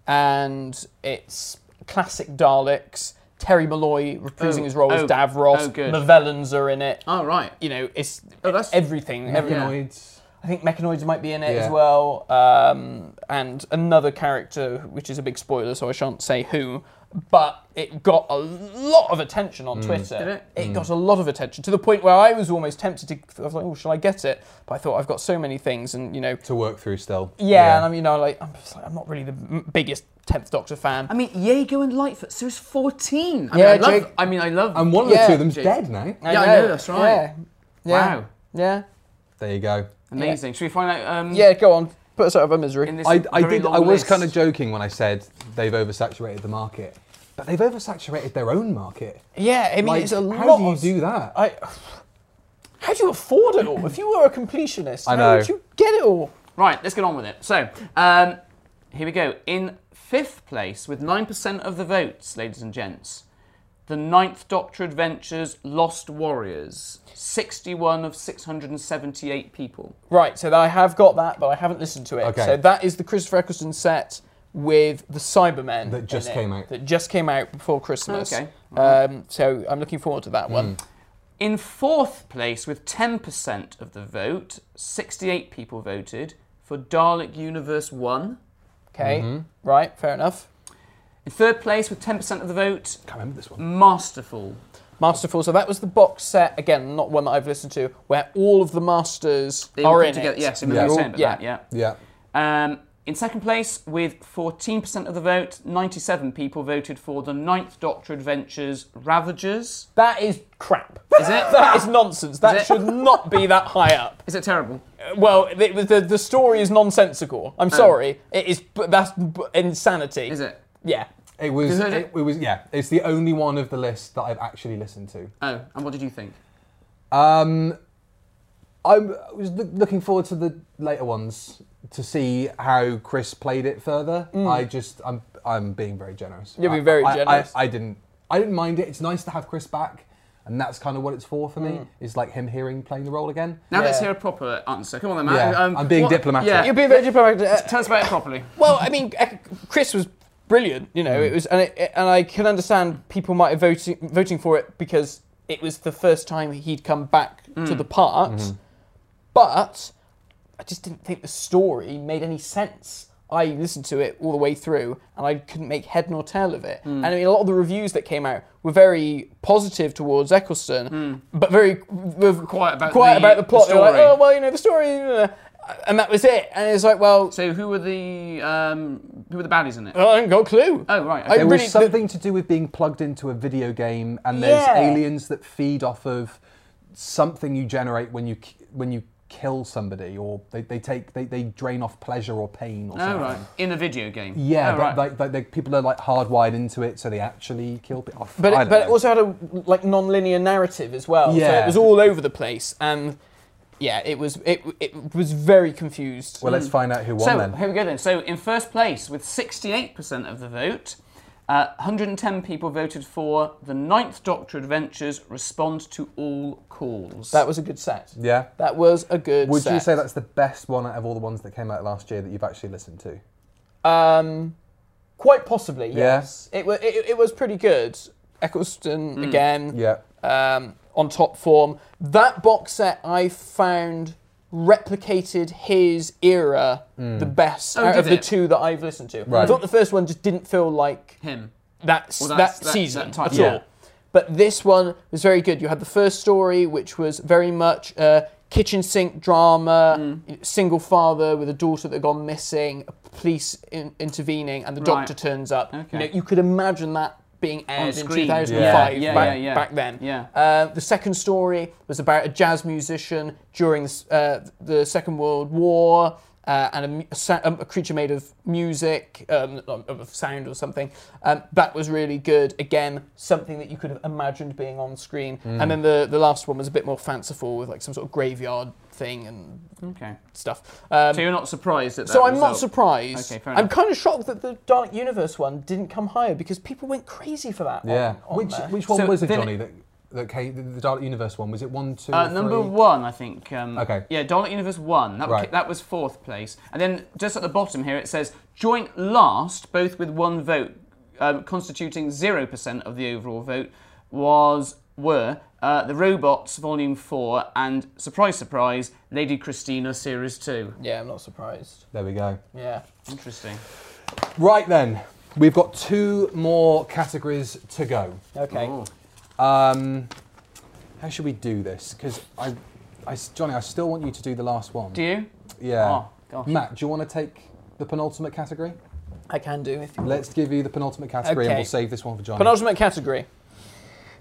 B: and it's classic Daleks. Terry Malloy reprising
D: Oh,
B: his role as
D: oh,
B: Davros.
D: oh, good.
B: The Vellans are in it.
D: All right.
B: You know, it's
D: Oh, that's-
B: everything. everything.
C: Mechanoids.
B: I think Mechanoids might be in it
C: Yeah.
B: as well, um, and another character, which is a big spoiler, so I shan't say who. But it got a lot of attention on Twitter. Mm.
D: Did it?
B: got a lot of attention to the point where I was almost tempted to. I was like, "Oh, shall I get it?" But I thought I've got so many things, and you know,
C: To work through still.
B: yeah. And I'm, you know, like I'm, just like, I'm not really the m- biggest Tenth Doctor fan.
D: I mean, Jago and Lightfoot, series 14. I
B: Yeah,
D: mean, I love,
B: Jake-
D: I mean, I love.
C: And one of
B: Yeah.
C: the two of them's
D: Gee.
C: dead now.
D: yeah, I know, that's right.
B: Yeah. yeah.
D: Wow.
B: Yeah.
C: There you go.
D: Amazing. Should we find out? Um,
B: Yeah. Go on. Put us out of our misery.
D: In this
C: I, I
D: very
C: did.
D: long
C: I was
D: list.
C: kind of joking when I said they've oversaturated the market, but they've oversaturated their own market.
B: yeah. I mean,
C: Like,
B: it's a lot.
C: how do you
B: of-
C: do that?
B: I. How do you afford it all? If you were a completionist, how
C: I know.
B: would you get it all?
D: Right, let's get on with it. So, um, here we go. In fifth place, with 9% of the votes, ladies and gents, the Ninth Doctor Adventures Lost Warriors. 61 of 678 people.
B: Right, so I have got that, but I haven't listened to it.
C: Okay.
B: So that is the Christopher Eccleston set with the Cybermen
C: That just
B: in it,
C: came out.
B: That just came out before Christmas.
D: Okay.
B: Um, so I'm looking forward to that one.
D: In fourth place, with 10% of the vote, 68 people voted for Dalek Universe 1.
B: Okay. Right. Fair enough.
D: In third place, with 10% of the vote,
C: can't remember this one.
D: Masterful.
B: Masterful. So that was the box set again, not one that I've listened to, where all of the masters
D: They all
B: are
D: come
B: in
D: together.
B: it.
D: Yes, I remember
C: Yeah.
D: you
C: They're
D: saying
C: all-
D: about
B: yeah.
D: that, yeah.
C: Yeah.
D: Um, in second place, with 14% of the vote, 97 people voted for the Ninth Doctor Adventures Ravagers.
B: That is crap.
D: Is it?
B: [LAUGHS] that is nonsense. That
D: it?
B: should not be that high up.
D: Is it terrible?
B: Well, the, the, the story is nonsensical. I'm
D: Oh.
B: sorry. It is b- that's b- insanity.
D: Is it?
B: Yeah.
C: It was.
D: Is
C: It,
D: it-
C: it was. Yeah. It's the only one of the list that I've actually listened to.
D: Oh, and what did you think?
C: Um, I'm- I was loo- looking forward to the later ones to see how Chris played it further. I just, I'm, I'm being very generous.
B: Mm. You're
C: I-
B: being very
C: I- I-
B: generous.
C: I, didn't, I didn't mind it. It's nice to have Chris back, and that's kind of what it's for for me.
B: Mm.
C: Is like him hearing playing the role again.
D: Now let's
B: Yeah.
D: hear a proper answer. Come on then, Matt. Um,
C: Yeah, I'm being diplomatic.
D: Yeah.
B: You're being very diplomatic. Uh,
D: Tell us about it properly.
B: Well, I mean, uh, Chris was brilliant. You know,
D: Mm.
B: it was, and it, and I can understand people might have voting voting for it because it was the first time he'd come back
D: Mm.
B: to the part.
D: Mm-hmm.
B: But I just didn't think the story made any sense. I listened to it all the way through, and I couldn't make head nor tail of it.
D: Mm.
B: And I mean, a lot of the reviews that came out were very positive towards Eccleston, but very were
D: Mm. Quiet about
B: quiet
D: the-
B: about the
D: the
B: plot. They were like,
D: story.
B: oh well, you know, the story, uh, and that was it. And it's like, well,
D: So who were the um, who were the baddies in it?
B: I haven't got a clue.
D: Oh, right,
B: Uh, I
D: okay.
C: It
B: really,
C: was something to do with being plugged into a video game, and there's
B: Yeah.
C: aliens that feed off of something you generate when you k- when you kill somebody, or they, they take they, they drain off pleasure or pain or
D: Oh
C: something.
D: right, in a video game. oh,
C: Yeah, but
D: right.
C: like, like they, people are like hardwired into it, so they actually kill people.
B: but it, but it also had a like non-linear narrative as well. So
C: Yeah.
B: it was all over the place, and yeah, it was it, it was very confused.
C: Well, let's find out who won
D: mm. So
C: then.
D: here we go then. So in first place with 68% of the vote, uh, 110 people voted for the Ninth Doctor Adventures respond to all calls.
B: that was a good set.
C: Yeah.
B: That was a good.
C: Would you
B: set.
C: say that's the best one out of all the ones that came out last year that you've actually listened to?
B: Um, quite possibly,
C: Yeah.
B: yes. It, wa- it, it was pretty good. Eccleston
C: Hmm.
B: again,
C: Yeah.
B: um, on top form. That box set I found replicated his era the best
D: Oh,
B: out
D: did
B: of the
D: it?
B: two that I've listened to. I
C: Hmm. Right.
B: thought the first one just didn't feel like
D: him.
B: that
D: Well,
B: that
D: that's- that-
B: season
D: that type
B: at
D: of-
B: all. But this one was very good. You had the first story, which was very much a kitchen sink drama,
D: Mm.
B: single father with a daughter that had gone missing, police in- intervening, and the
D: Right.
B: doctor turns up. You, know,
D: Okay.
B: you could imagine that being aired in
D: screen.
B: 2005
D: Yeah. Yeah,
B: back,
D: yeah, yeah.
B: back then.
D: Yeah.
B: Uh, the second story was about a jazz musician during uh, the Second World War. Uh, and a mu- a, sa- um, a creature made of music, um, of of sound or something. Um, that was really good. Again, something that you could have imagined being on screen. And then the, the last one was a bit more fanciful with like some sort of graveyard thing and
D: Okay.
B: stuff. Um,
D: So you're not surprised at that.
B: so I'm not
D: result?
B: surprised.
D: Okay, fair
B: I'm
D: enough.
B: kind of shocked that the Dark Universe one didn't come higher because people went crazy for that.
C: Yeah.
B: On, on
C: which
B: there.
C: which one
D: So
C: was it,
D: then-
C: Johnny? That, that came, the, the Dark Universe one was it one, two,
D: Uh, number
C: three?
D: one, I think. Um,
C: Okay.
D: Yeah, Dollar Universe one. That,
C: Right.
D: that was fourth place, and then just at the bottom here it says joint last, both with one vote, um, constituting zero percent of the overall vote, was were uh, the Robots Volume Four and surprise, surprise, Lady Christina Series Two.
B: Yeah, I'm not surprised.
C: There we go.
B: Yeah.
D: Interesting.
C: Right then, we've got two more categories to go.
B: Okay.
C: Um, how should we do this? Because I, I s- Johnny, I still want you to do the last one.
D: Do you?
C: Yeah.
D: Oh, gosh.
C: Matt, do you want to take the penultimate category?
B: I can do if you
C: Let's give you the penultimate category and
B: Okay.
C: we'll save this one for Johnny.
B: Penultimate category.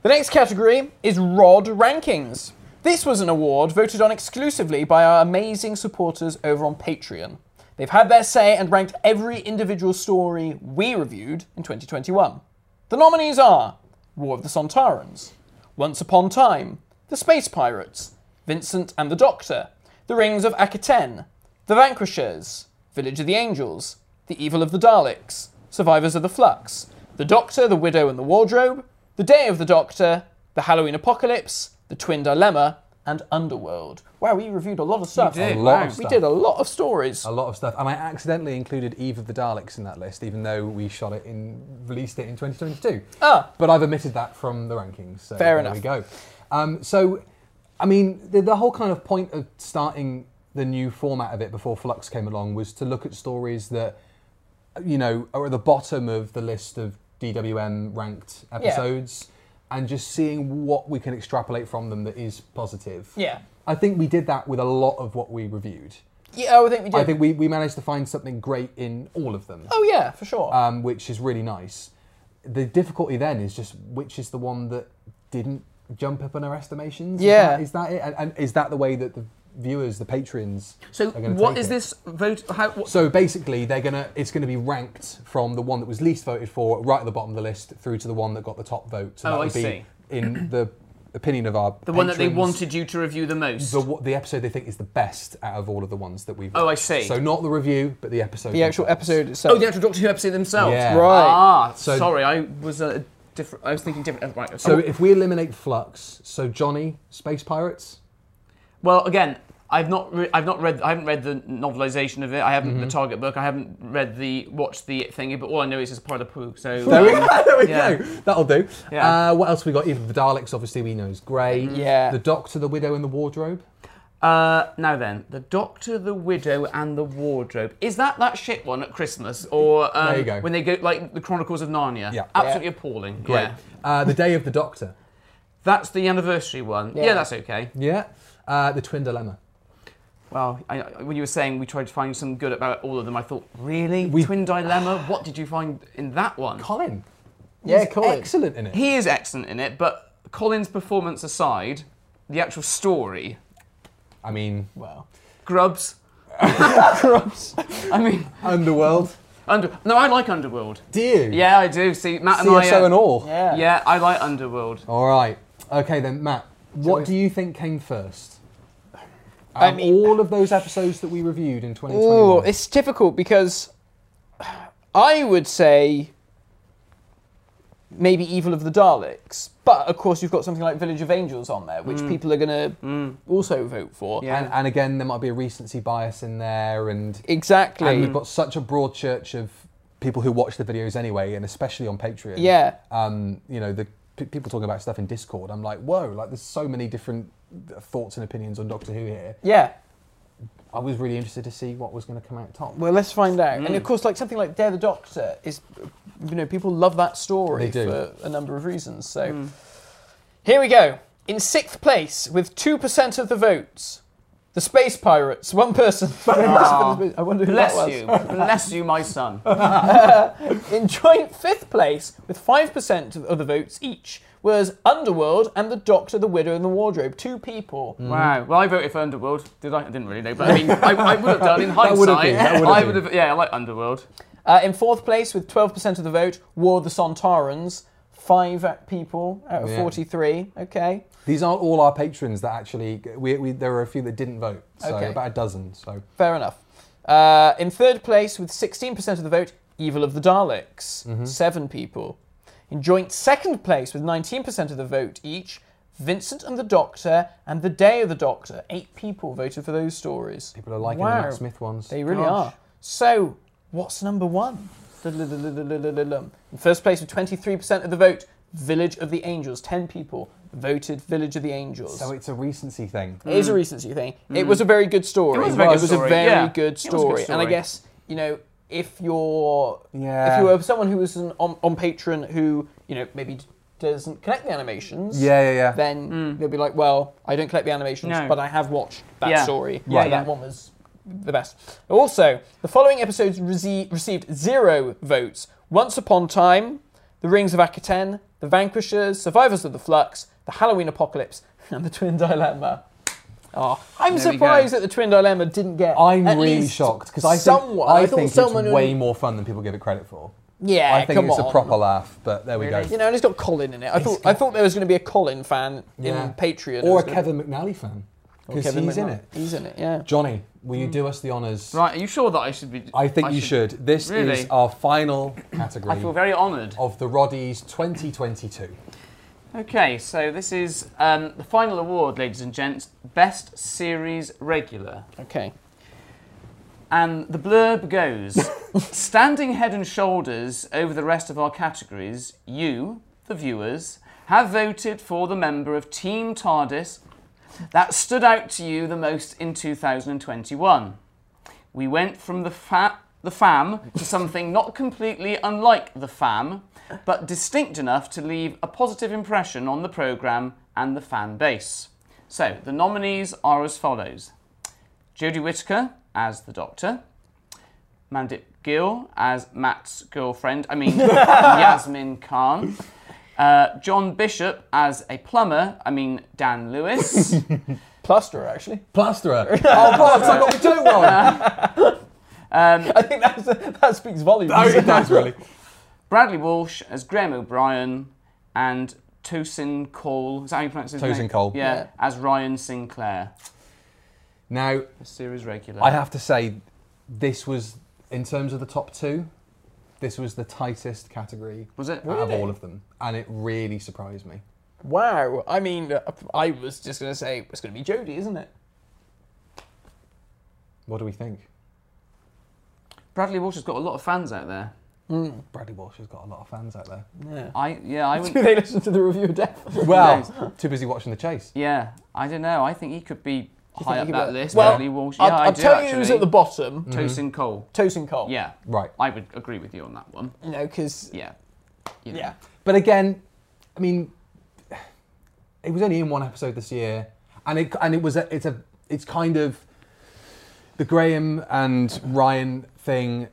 B: The next category is Rod Rankings. This was an award voted on exclusively by our amazing supporters over on Patreon. They've had their say and ranked every individual story we reviewed in 2021. The nominees are War of the Sontarans, Once Upon Time, The Space Pirates, Vincent and the Doctor, The Rings of Akaten, The Vanquishers, Village of the Angels, The Evil of the Daleks, Survivors of the Flux, The Doctor, The Widow and the Wardrobe, The Day of the Doctor, The Halloween Apocalypse, The Twin Dilemma, and Underworld. Wow, we reviewed a lot of stuff.
D: did, A
C: lot wow. of
B: We
C: stuff.
B: did a lot of stories.
C: a lot of stuff, and I accidentally included Eve of the Daleks in that list, even though we shot it in, released it in 2022.
B: Ah.
C: But I've omitted that from the rankings. So
B: Fair
C: there
B: enough.
C: We go. Um, so, I mean, the, the whole kind of point of starting the new format of it before Flux came along was to look at stories that, you know, are at the bottom of the list of DWM ranked episodes, and just seeing what we can extrapolate from them that is positive.
B: Yeah.
C: I think we did that with a lot of what we reviewed.
B: Yeah, I think we did.
C: I think we, we managed to find something great in all of them,
B: oh, yeah, for sure.
C: um, which is really nice. The difficulty then is just which is the one that didn't jump up in our estimations. Is
B: Yeah.
C: that- is that it? And, and is that the way that the viewers, the patrons,
D: So
C: are gonna
D: what
C: take
D: is
C: it?
D: this vote? How, what,
C: So basically, they're gonna it's gonna be ranked from the one that was least voted for, right at the bottom of the list, through to the one that got the top vote. So
D: Oh,
C: that
D: I
C: would be
D: see. [CLEARS THROAT]
C: In the opinion of our
D: the one that they
C: patrons,
D: wanted you to review the most.
C: The, what- the episode they think is the best out of all of the ones that we've.
D: Oh, I
C: watched.
D: see.
C: So not the review, but the episode.
B: the actual
C: themselves.
B: episode itself.
D: oh, the actual Doctor Who episode themselves.
C: Yeah.
B: Right.
D: Ah,
C: So-
D: sorry, I was a different. I was thinking different. Right.
C: So if we eliminate Flux, so Johnny, Space Pirates,
D: Well, again, I've not, re- I've not read, I haven't read the novelization of it. I haven't
C: Mm-hmm.
D: the target book. I haven't read the watched the thingy. But all I know is it's part of poo. So um,
C: [LAUGHS] there we
D: Yeah.
C: go. That'll do.
D: Yeah. Mm-hmm.
C: Uh, what else we got? Even the Daleks, obviously we know is grey.
B: Yeah.
C: The Doctor, the Widow, and the Wardrobe.
D: [LAUGHS] uh, now then, the Doctor, the Widow, and the Wardrobe. Is that that shit one at Christmas or um,
C: There you go.
D: when they go like the Chronicles of Narnia?
C: Yeah.
D: Absolutely appalling.
C: Great.
D: Yeah.
C: Uh, the Day of the Doctor.
D: That's the anniversary one. Yeah,
B: Yeah.
D: that's okay.
C: Yeah. Uh, the Twin Dilemma.
D: Well, I, I- when you were saying we tried to find some good about all of them, I thought, really?
C: We-
D: Twin Dilemma? what did you find in that one?
C: Colin.
B: Yeah,
C: He's
B: Colin.
C: Excellent in it.
D: He is excellent in it, but Colin's performance aside, the actual story,
C: I mean,
B: Wow.
D: Grubs. I mean,
C: Underworld.
D: under. No, I like Underworld.
C: Do you?
D: Yeah, I do. See, Matt and I.
C: CSO
D: uh,
C: and all.
B: Yeah.
D: Yeah, I like Underworld.
C: All right. Okay then, Matt. What do you think came first? Out of
B: I mean-
C: all of those episodes that we reviewed in
B: Ooh,
C: 2021.
B: it's difficult because I would say maybe Evil of the Daleks, but of course you've got something like Village of Angels on there, which people are going to also vote for.
D: Yeah.
C: and, and again, there might be a recency bias in there, and
B: Exactly.
C: and we've got such a broad church of people who watch the videos anyway, and especially on Patreon.
B: Yeah.
C: Um, you know, the p- people talking about stuff in Discord. I'm like, whoa! Like, there's so many different thoughts and opinions on Doctor Who here.
B: yeah.
C: I was really interested to see what was going to come out top.
B: Well, let's find out. And of course, like something like Dare the Doctor is, you know, people love that story
C: They do.
B: for a number of reasons. So here we go. In sixth place, with 2% of the votes, the Space Pirates, one person. [LAUGHS] I wonder who that
D: Bless
B: was.
D: you. Bless you, my
C: [LAUGHS]
D: son.
C: Mm-hmm.
B: In joint fifth place, with 5% of the votes each, was Underworld and The Doctor, The Widow, and The Wardrobe. Two people.
C: Mm.
D: Wow. Well, I voted for Underworld. Did I? I didn't really know, but I mean, I, I would have done in hindsight.
C: would have been, [LAUGHS] that would have
D: I
C: been.
D: would have. Yeah, I like Underworld.
B: Uh, in fourth place, with 12% of the vote, were the Sontarans. Five uh, people out of
C: Yeah.
B: 43. Okay.
C: These aren't all our patrons that actually. We, we there were a few that didn't vote, so
B: Okay.
C: about a dozen. So
B: Fair enough. Uh, in third place, with 16% of the vote, Evil of the Daleks.
D: Mm-hmm.
B: Seven people. In joint second place, with 19% of the vote each, Vincent and the Doctor and The Day of the Doctor. Eight people voted for those stories.
C: people are liking the
B: Wow.
C: Matt Smith ones.
B: They really
D: Gosh.
B: are. So, what's number one? Dun-dun-dun-dun-dun-dun-dun. In first place, with 23% of the vote, Village of the Angels. Ten people voted Village of the Angels.
C: So it's a recency thing.
B: It is a recency thing. It was a very good story.
D: Mm. It was a very good story, yeah.
B: good
D: It was a good
B: story. And I
D: story.
B: guess, you know, if you're
C: Yeah.
B: if you were someone who was an on, on patron who, you know, maybe d- doesn't collect the animations,
C: Yeah, yeah, yeah.
B: then they'll be like, well, I don't collect the animations,
D: Mm. No.
B: but I have watched that
D: Yeah.
B: story.
D: Yeah,
B: Yeah,
D: yeah.
B: that one was the best. Also, the following episodes rece- received zero votes. Once Upon Time, The Rings of Akaten, The Vanquishers, Survivors of the Flux, The Halloween Apocalypse, [LAUGHS] and The Twin Dilemma. Oh, I'm
D: There we
B: surprised
D: go.
B: that The Twin Dilemma didn't get.
C: I'm
B: at
C: really
B: least
C: shocked because I think,
B: someone.
C: I
B: thought
C: think
B: someone
C: it's
B: would-
C: way more fun than people give it credit for.
B: Yeah,
C: I think
B: come
C: it's
B: on.
C: a proper laugh, but there we
D: Really?
C: go.
B: You know, and it's got Colin in it. I thought I thought there was going to be a Colin fan in Patreon. There's
C: or a
B: gonna
C: Kevin McNally fan
B: be-
C: because
B: Kevin
C: he's in
B: McNally. Hmm.
C: it.
B: He's in it. Yeah.
C: Johnny, will you do us the honors?
D: Right? Are you sure that I should be?
C: I think you should. This is
D: Really?
C: our
B: [CLEARS THROAT]
C: final
D: I feel
C: category
D: very honoured.
C: of the Roddies 2022.
D: Okay, so this is um, the final award, ladies and gents. Best series regular.
B: Okay.
D: And the blurb goes [LAUGHS] Standing head and shoulders over the rest of our categories, you, the viewers, have voted for the member of Team TARDIS that stood out to you the most in 2021. We went from the, fa- the fam to something not completely unlike the fam, but distinct enough to leave a positive impression on the programme and the fan base. So, the nominees are as follows. Jodie Whittaker as the Doctor, Mandip Gill as Matt's girlfriend, I
C: [LAUGHS]
D: mean Yasmin Khan, uh, John Bishop as a plumber, I mean Dan
C: [LAUGHS]
D: Lewis,
B: Cluster actually.
C: Plasterer. [LAUGHS] oh, bollocks, I got the joke [LAUGHS] wrong.
B: I think that's, that speaks volumes.
C: Oh, it does, really.
D: Bradley Walsh as Graham O'Brien, and Tosin Cole, is that how you pronounce his name?
C: Tosin Cole.
D: Yeah,
B: Yeah.
D: as Ryan Sinclair,
C: [LAUGHS] Now,
D: a series regular.
C: I have to say, this was, in terms of the top two, this was the tightest category
D: Was it?
C: out of
B: Really?
C: all of them, and it really surprised me.
B: Wow. I mean, uh, I was just going to say it's going to be Jodie, isn't it?
C: What do we think?
D: Bradley Walsh has got a lot of fans out there.
C: Bradley Walsh has got a lot of fans out there.
D: I yeah, I
B: Do
D: wouldn't.
B: [LAUGHS] they listen to the review of death?
C: [LAUGHS] Well, too busy watching the chase.
D: Yeah, I don't know. I think he could be high up
B: Thinking
D: that
B: about-
D: list.
B: Well,
D: Bradley Walsh.
B: I'll,
D: yeah, I
B: I'll
D: do
B: tell
D: actually.
B: you who's at the bottom. Mm-hmm.
D: Tosin Cole.
B: Tosin Cole.
D: Yeah.
C: Right.
D: I would agree with you on that one.
B: You know, because
D: Yeah. You know.
B: yeah,
C: But again, I mean, [SIGHS] it was only in one episode this year, and it and it was a, it's a it's kind of the Graham and Ryan thing.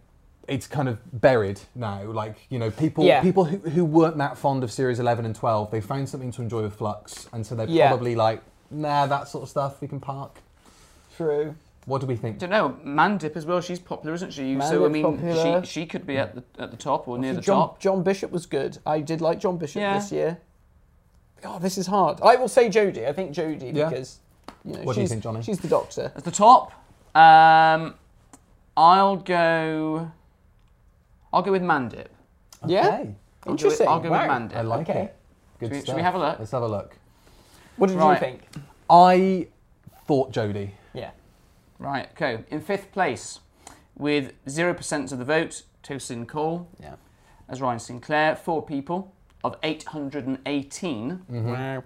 C: It's kind of buried now. Like you know, people
B: Yeah.
C: people who, who weren't that fond of series eleven and twelve, they found something to enjoy with Flux, and so they're
B: Yeah.
C: probably like, nah, that sort of stuff we can park.
B: true.
C: What do we think?
D: Don't know. Mandip as well. She's popular, isn't she? so I
B: Mandip's
D: mean,
B: popular.
D: she she could be at the at the top or near the
B: John,
D: top.
B: John Bishop was good. I did like John Bishop
D: Yeah.
B: this year. God, this is hard. I will say Jodie. I think Jodie
C: Yeah.
B: because You know,
C: What do you
B: she's,
C: think, Johnny?
B: She's the doctor.
D: At the top, um, I'll go. I'll go with Mandip.
B: Yeah.
C: Okay.
D: I'll go with,
B: Interesting.
D: I'll go with
B: Wow.
D: Mandip.
C: I like
B: Okay.
C: it. Good
D: Should we- should
C: stuff.
D: we have a look?
C: Let's have a look.
B: What did
D: Right.
B: you think?
C: I thought Jodie.
B: Yeah.
D: Right, okay. In fifth place, with 0% of the vote, Tosin Cole
B: Yeah.
D: as Ryan Sinclair, four people of 818.
C: Mm-hmm.
B: Wow.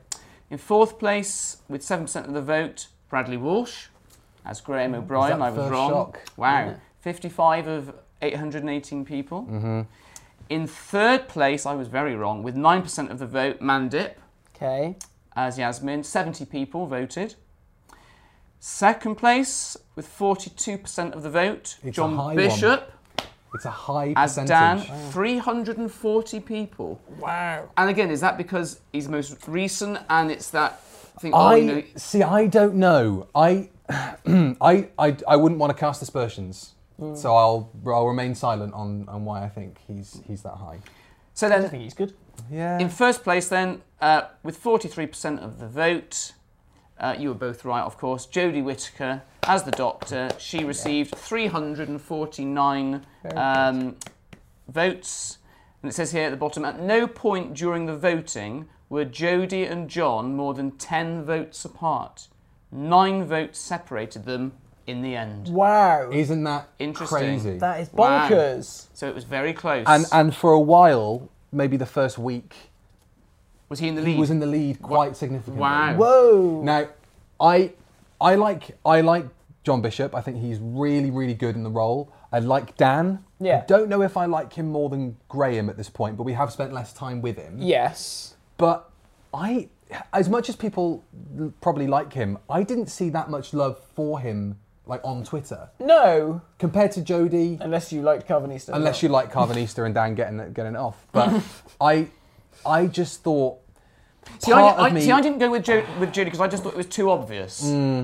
D: In fourth place, with 7% of the vote, Bradley Walsh as Graham
C: Mm. that
D: O'Brien.
C: the
D: I was
C: first
D: wrong.
C: shock?
D: Wow. 55 of 818 people.
C: Mm-hmm.
D: In third place, I was very wrong, with 9% of the vote, Mandip
B: Okay.
D: as Yasmin. 70 people voted. Second place, with 42% of the vote,
C: It's a high
D: John
C: one.
D: Bishop
C: It's a high
D: as
C: percentage.
D: Dan. 340 people.
B: Wow.
D: And again, is that because he's most recent and it's that thing? oh, you know,
C: I see. I don't know. I, [CLEARS THROAT] I, I, I wouldn't want to cast aspersions.
D: Mm.
C: So I'll I'll remain silent on, on why I think he's he's that high.
D: so
B: I
D: then,
B: think he's good.
C: Yeah.
D: in first place, then, uh, with 43% of the vote, uh, you were both right, of course. Jodie Whittaker as the Doctor. She received 349 um, votes. And it says here at the bottom, at no point during the voting were Jodie and John more than 10 votes apart. Nine votes separated them in the end.
B: Wow.
C: Isn't that
D: Interesting.
C: crazy?
B: that is
D: Wow.
B: bonkers.
D: So it was very close.
C: and and for a while, maybe the first week,
D: was he in the lead?
C: he was in the lead quite significantly.
D: Wow.
B: Whoa.
C: Now, I I like I like John Bishop. I think he's really really good in the role. I like Dan.
B: Yeah.
C: I don't know if I like him more than Graham at this point, but we have spent less time with him.
B: Yes.
C: But I, as much as people l- probably like him, I didn't see that much love for him like on Twitter
B: No.
C: compared to Jodie.
B: Unless you like Coveney stuff.
C: Unless you like Carvan Easter and Dan getting it- getting it off,
B: [LAUGHS]
C: but I, I just thought.
D: See, I,
C: part of
D: I,
C: me- Mm.
D: see, I didn't go with jo- with Judy because I just thought it was too obvious.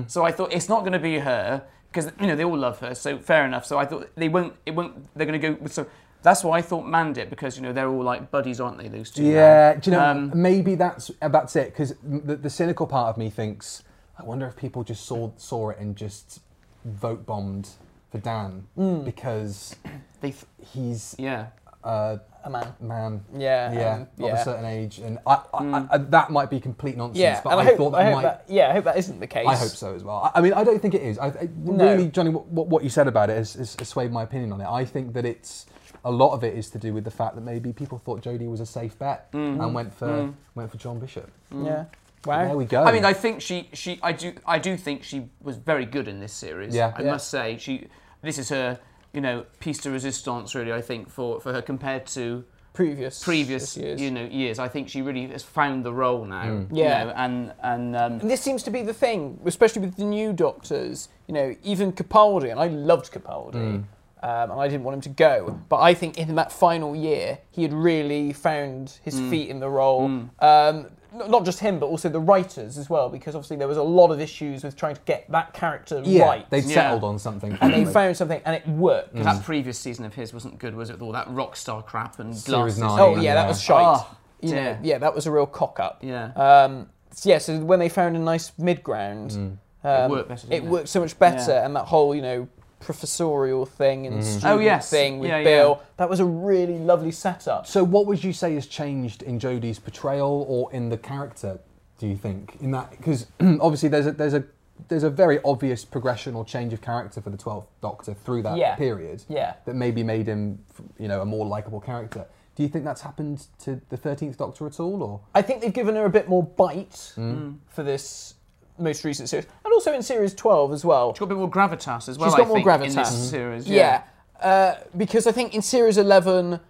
D: So I thought it's not going to be her because you know they all love her. So fair enough. So I thought they won't. It won't. They're going to go with so. That's why I thought Mandit because you know they're all like buddies, aren't they? Those two. now?
C: Yeah, do you know?
D: Um,
C: maybe that's uh, that's it. Because the, the cynical part of me thinks, I wonder if people just saw saw it and just vote bombed for Dan
B: Hmm.
C: because
D: They th-
C: he's
D: yeah.
C: a
B: a man.
C: man.
B: Yeah,
C: yeah,
B: um,
C: of
B: yeah. Hmm.
C: a certain age, and I, I, I, that might be complete nonsense.
B: Yeah.
C: but
B: and
C: I,
B: I, hope,
C: thought that
B: I hope
C: might.
B: that. Yeah. I hope that isn't the case.
C: I hope so as well. I, I mean, I don't think it is. I, I,
B: No.
C: Really, Johnny, what, what what you said about it has, has, has swayed my opinion on it. I think that it's a lot of it is to do with the fact that maybe people thought Jodie was a safe bet and went for went for John Bishop.
B: Yeah.
C: There
B: Mm-hmm. Wow.
C: we go.
D: I mean, I think she, she, I do, I do think she was very good in this series.
C: Yeah.
D: I
C: Yeah.
D: must say, she, this is her, you know, piece de resistance, really. I think for for her compared to
B: Previous.
D: previous,
B: years.
D: you know, years. I think she really has found the role now.
C: Mm.
D: you
B: Yeah.
D: know, and and um,
B: And this seems to be the thing, especially with the new doctors. You know, even Capaldi, and I loved Capaldi, um, and I didn't want him to go. But I think in that final year, he had really found his
D: Mm.
B: feet in the role. Um, n- not just him, but also the writers as well, because obviously there was a lot of issues with trying to get that character
C: yeah,
B: right.
C: they'd
D: Yeah.
C: settled on something.
B: and they
C: finally.
B: found something, and it worked.
C: Mm.
D: that previous season of his wasn't good, was it? With all that rock star crap and
C: Series
D: glasses.
C: nine. uh,
B: Oh yeah, that was shite.
D: Ah,
B: you know,
D: dear.
B: yeah, that was a real cock up.
D: Yeah.
B: Um, so yeah, so when they found a nice mid ground, um,
D: worked better,
B: It
D: didn't it?
B: worked so much better,
D: Yeah.
B: and that whole you know professorial thing and student
D: Oh, yes.
B: thing with
D: Yeah, yeah.
B: Bill, that was a really lovely setup.
C: So, what would you say has changed in Jodie's portrayal or in the character? Do you think in that because [CLEARS THROAT] obviously there's a there's a there's a very obvious progression or change of character for the Twelfth Doctor through that
B: Yeah.
C: period.
B: Yeah.
C: That maybe made him, you know, a more likable character. Do you think that's happened to the Thirteenth Doctor at all, or
B: I think they've given her a bit more bite
C: Mm.
B: for this most recent series, and also in series twelve as well.
D: She's got a bit more gravitas as well.
B: She's
D: I
B: got more
D: think, in
B: gravitas.
D: this series.
C: Mm-hmm.
B: Yeah, Uh, because I think in series eleven,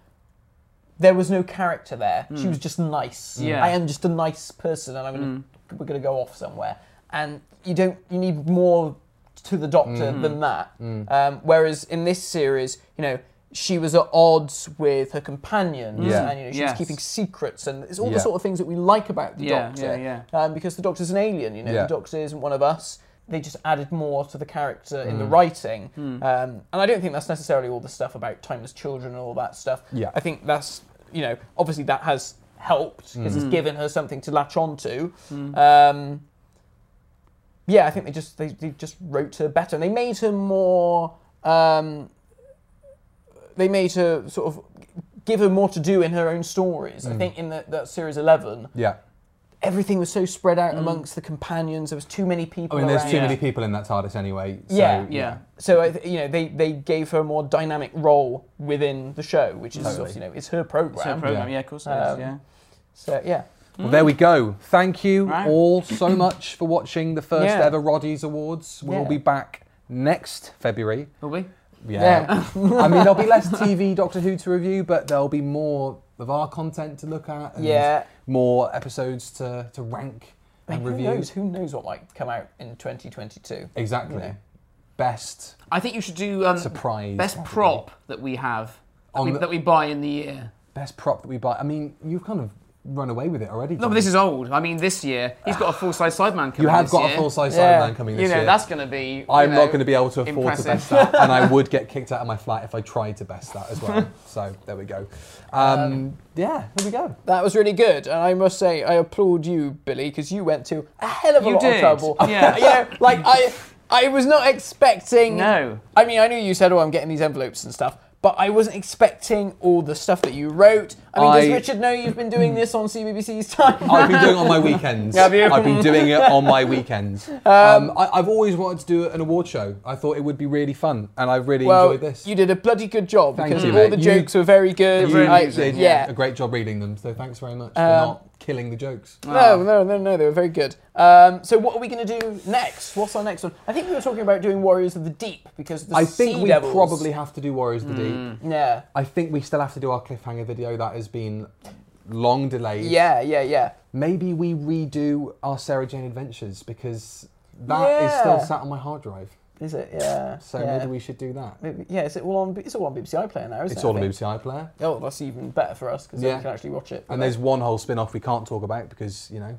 B: there was no character there. She was just nice.
D: Hmm. Yeah. Hmm.
B: I am just a nice person, and I'm gonna, we're going to go off somewhere. And you don't. You need more to the Doctor
D: Hmm.
B: than that. Um, whereas in this series, you know. She was at odds with her companions,
C: Yeah.
B: and you know she
D: Hmm. Yes.
B: was keeping secrets, and it's all the
C: Yeah.
B: sort of things that we like about the
D: Yeah,
B: Doctor.
D: yeah,
B: Um, because the Doctor's an alien, you know,
C: Yeah.
B: the Doctor isn't one of us. They just added more to the character in the writing. Um, and I don't think that's necessarily all the stuff about timeless children and all that stuff.
C: Yeah.
B: I think that's, you know, obviously that has helped because it's given her something to latch onto. Um,
E: yeah, I think they just they, they just wrote her better and they made her more. Um, they made her sort of give her more to do in her own stories. I think in the, that series eleven,
C: Yeah.
E: everything was so spread out amongst the companions. There was too many
C: Mm. I
E: people.
C: mean, there's
E: around.
C: too many people in that TARDIS anyway. So,
E: Yeah.
D: Yeah.
E: So I th- you know they, they gave her a more dynamic role within the show, which is sort of, you know it's her program.
D: It's her program, yeah, of course it is,
E: Um,
D: yeah.
E: So yeah,
C: Well, there we go. Thank you
D: Right.
C: all so much for watching the first
E: Yeah.
C: ever Roddy's Awards. We'll
E: Yeah.
C: be back next February.
D: Will we?
E: Yeah.
D: [LAUGHS]
C: I mean, there'll be less TV Doctor Who to review, but there'll be more of our content to look at. And
E: Yeah.
C: More episodes to, to rank
E: I mean,
C: and
E: who
C: review.
E: knows? Who knows what might come out in 2022?
C: Exactly.
E: Yeah.
C: Best
D: I think you should do um,
C: Surprise
D: best
C: category.
D: prop that we have that
C: On
D: we,
C: the-
D: that we buy in the year.
C: best prop that we buy. I mean, you've kind of run away with it already.
D: No, but this is old. I mean, this year he's got a full size Sideman coming.
C: you have
D: this
C: got
D: year.
C: a full size
E: Yeah.
C: Sideman coming
D: You
C: this
D: know
C: year.
D: that's going to be. you
C: I'm
D: know,
C: not going to be able to afford
D: impressive.
C: to best that, and
D: [LAUGHS]
C: I would get kicked out of my flat if I tried to best that as well. so there we go. Um, yeah, there we go.
E: That was really good, and I must say I applaud you, Billy, because you went to a hell of a
D: You
E: lot
D: did,
E: of trouble.
D: yeah.
E: [LAUGHS] you know, like I, I was not expecting.
D: No.
E: I mean, I knew you said, "Oh, I'm getting these envelopes and stuff," but I wasn't expecting all the stuff that you wrote. I mean, does
C: I-
E: Richard know you've been doing this on CBBC's time?
C: I've been doing it on my weekends.
E: Have you?
C: I've been doing it
E: [LAUGHS]
C: on my weekends. Um, I, I've always wanted to do an award show. I thought it would be really fun, and I've really
E: well,
C: enjoyed this.
E: you did a bloody good job
C: Thank
E: because
C: you,
E: all
C: mate.
E: the
C: You-
E: jokes were very good.
C: You
E: I-
C: did
E: yeah. Um,
C: a great job reading them, so thanks very much for not killing the jokes.
E: No, no, no, no, they were very good. Um, so what are we going to do next? What's our next one? I think we were talking about doing Warriors of the Deep because the
C: I think
E: Sea
C: we
E: Devils- Mm.
C: probably have to do Warriors of the Deep.
E: yeah.
C: I think we still have to do our cliffhanger video that has been long delayed.
E: Yeah, yeah, yeah.
C: Maybe we redo our Sarah Jane Adventures because that is
E: Yeah.
C: still sat on my hard drive.
E: Is it? Yeah.
C: So
E: yeah.
C: maybe we should do that.
E: Maybe- yeah, is it all on? It's all on BBC iPlayer now, isn't it?
C: It's
E: I
C: all on
E: think?
C: BBC iPlayer.
E: Oh, that's even better for us because then
C: Yeah.
E: we can actually watch it.
C: And there's one whole spin off we can't talk about because, you know,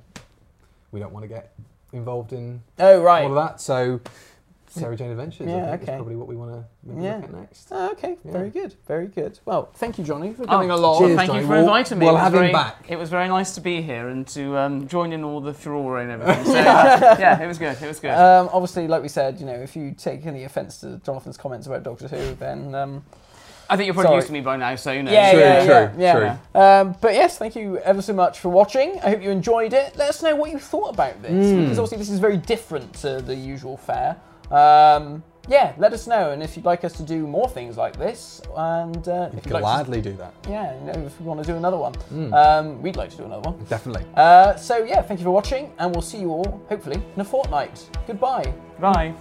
C: we don't want to get involved in
E: oh right.
C: all of that. So, Sarah Jane Adventures,
E: Yeah,
C: I think,
E: okay.
C: is probably what we want to maybe
E: Yeah.
C: look at next.
E: Ah, okay,
C: Yeah.
E: very good, very good. Well, thank you, Johnny, for
D: Oh,
E: coming along.
C: cheers,
D: Thank
C: Johnny.
D: you for
C: We'll-
D: inviting me. It
C: we'll
D: was
C: have him
D: very-
C: back.
D: It was very nice to be here and to um, join in all the furore and
C: [LAUGHS]
D: everything. So, yeah, it was good. It was
C: Uh,
D: good.
E: Um, obviously, like we said, you know, if you take any offence to Jonathan's comments about Doctor Who, then um,
D: I think you're probably
E: sorry.
D: used to me by now, so you know.
E: Yeah,
C: True,
E: yeah,
C: true,
E: yeah, yeah.
C: true.
E: Um, but yes, thank you ever so much for watching. I hope you enjoyed it. Let us know what you thought about this
C: Hmm.
E: because obviously this is very different to the usual fare. Um, yeah, let us know, and if you'd like us to do more things like this, and uh, if you'd like,
C: Gladly do that.
E: to, yeah, you know, if we want to do another one, um, we'd like to do another one.
C: Definitely.
E: Uh, so yeah, thank you for watching, and we'll see you all hopefully in a fortnight. Goodbye.
D: Bye.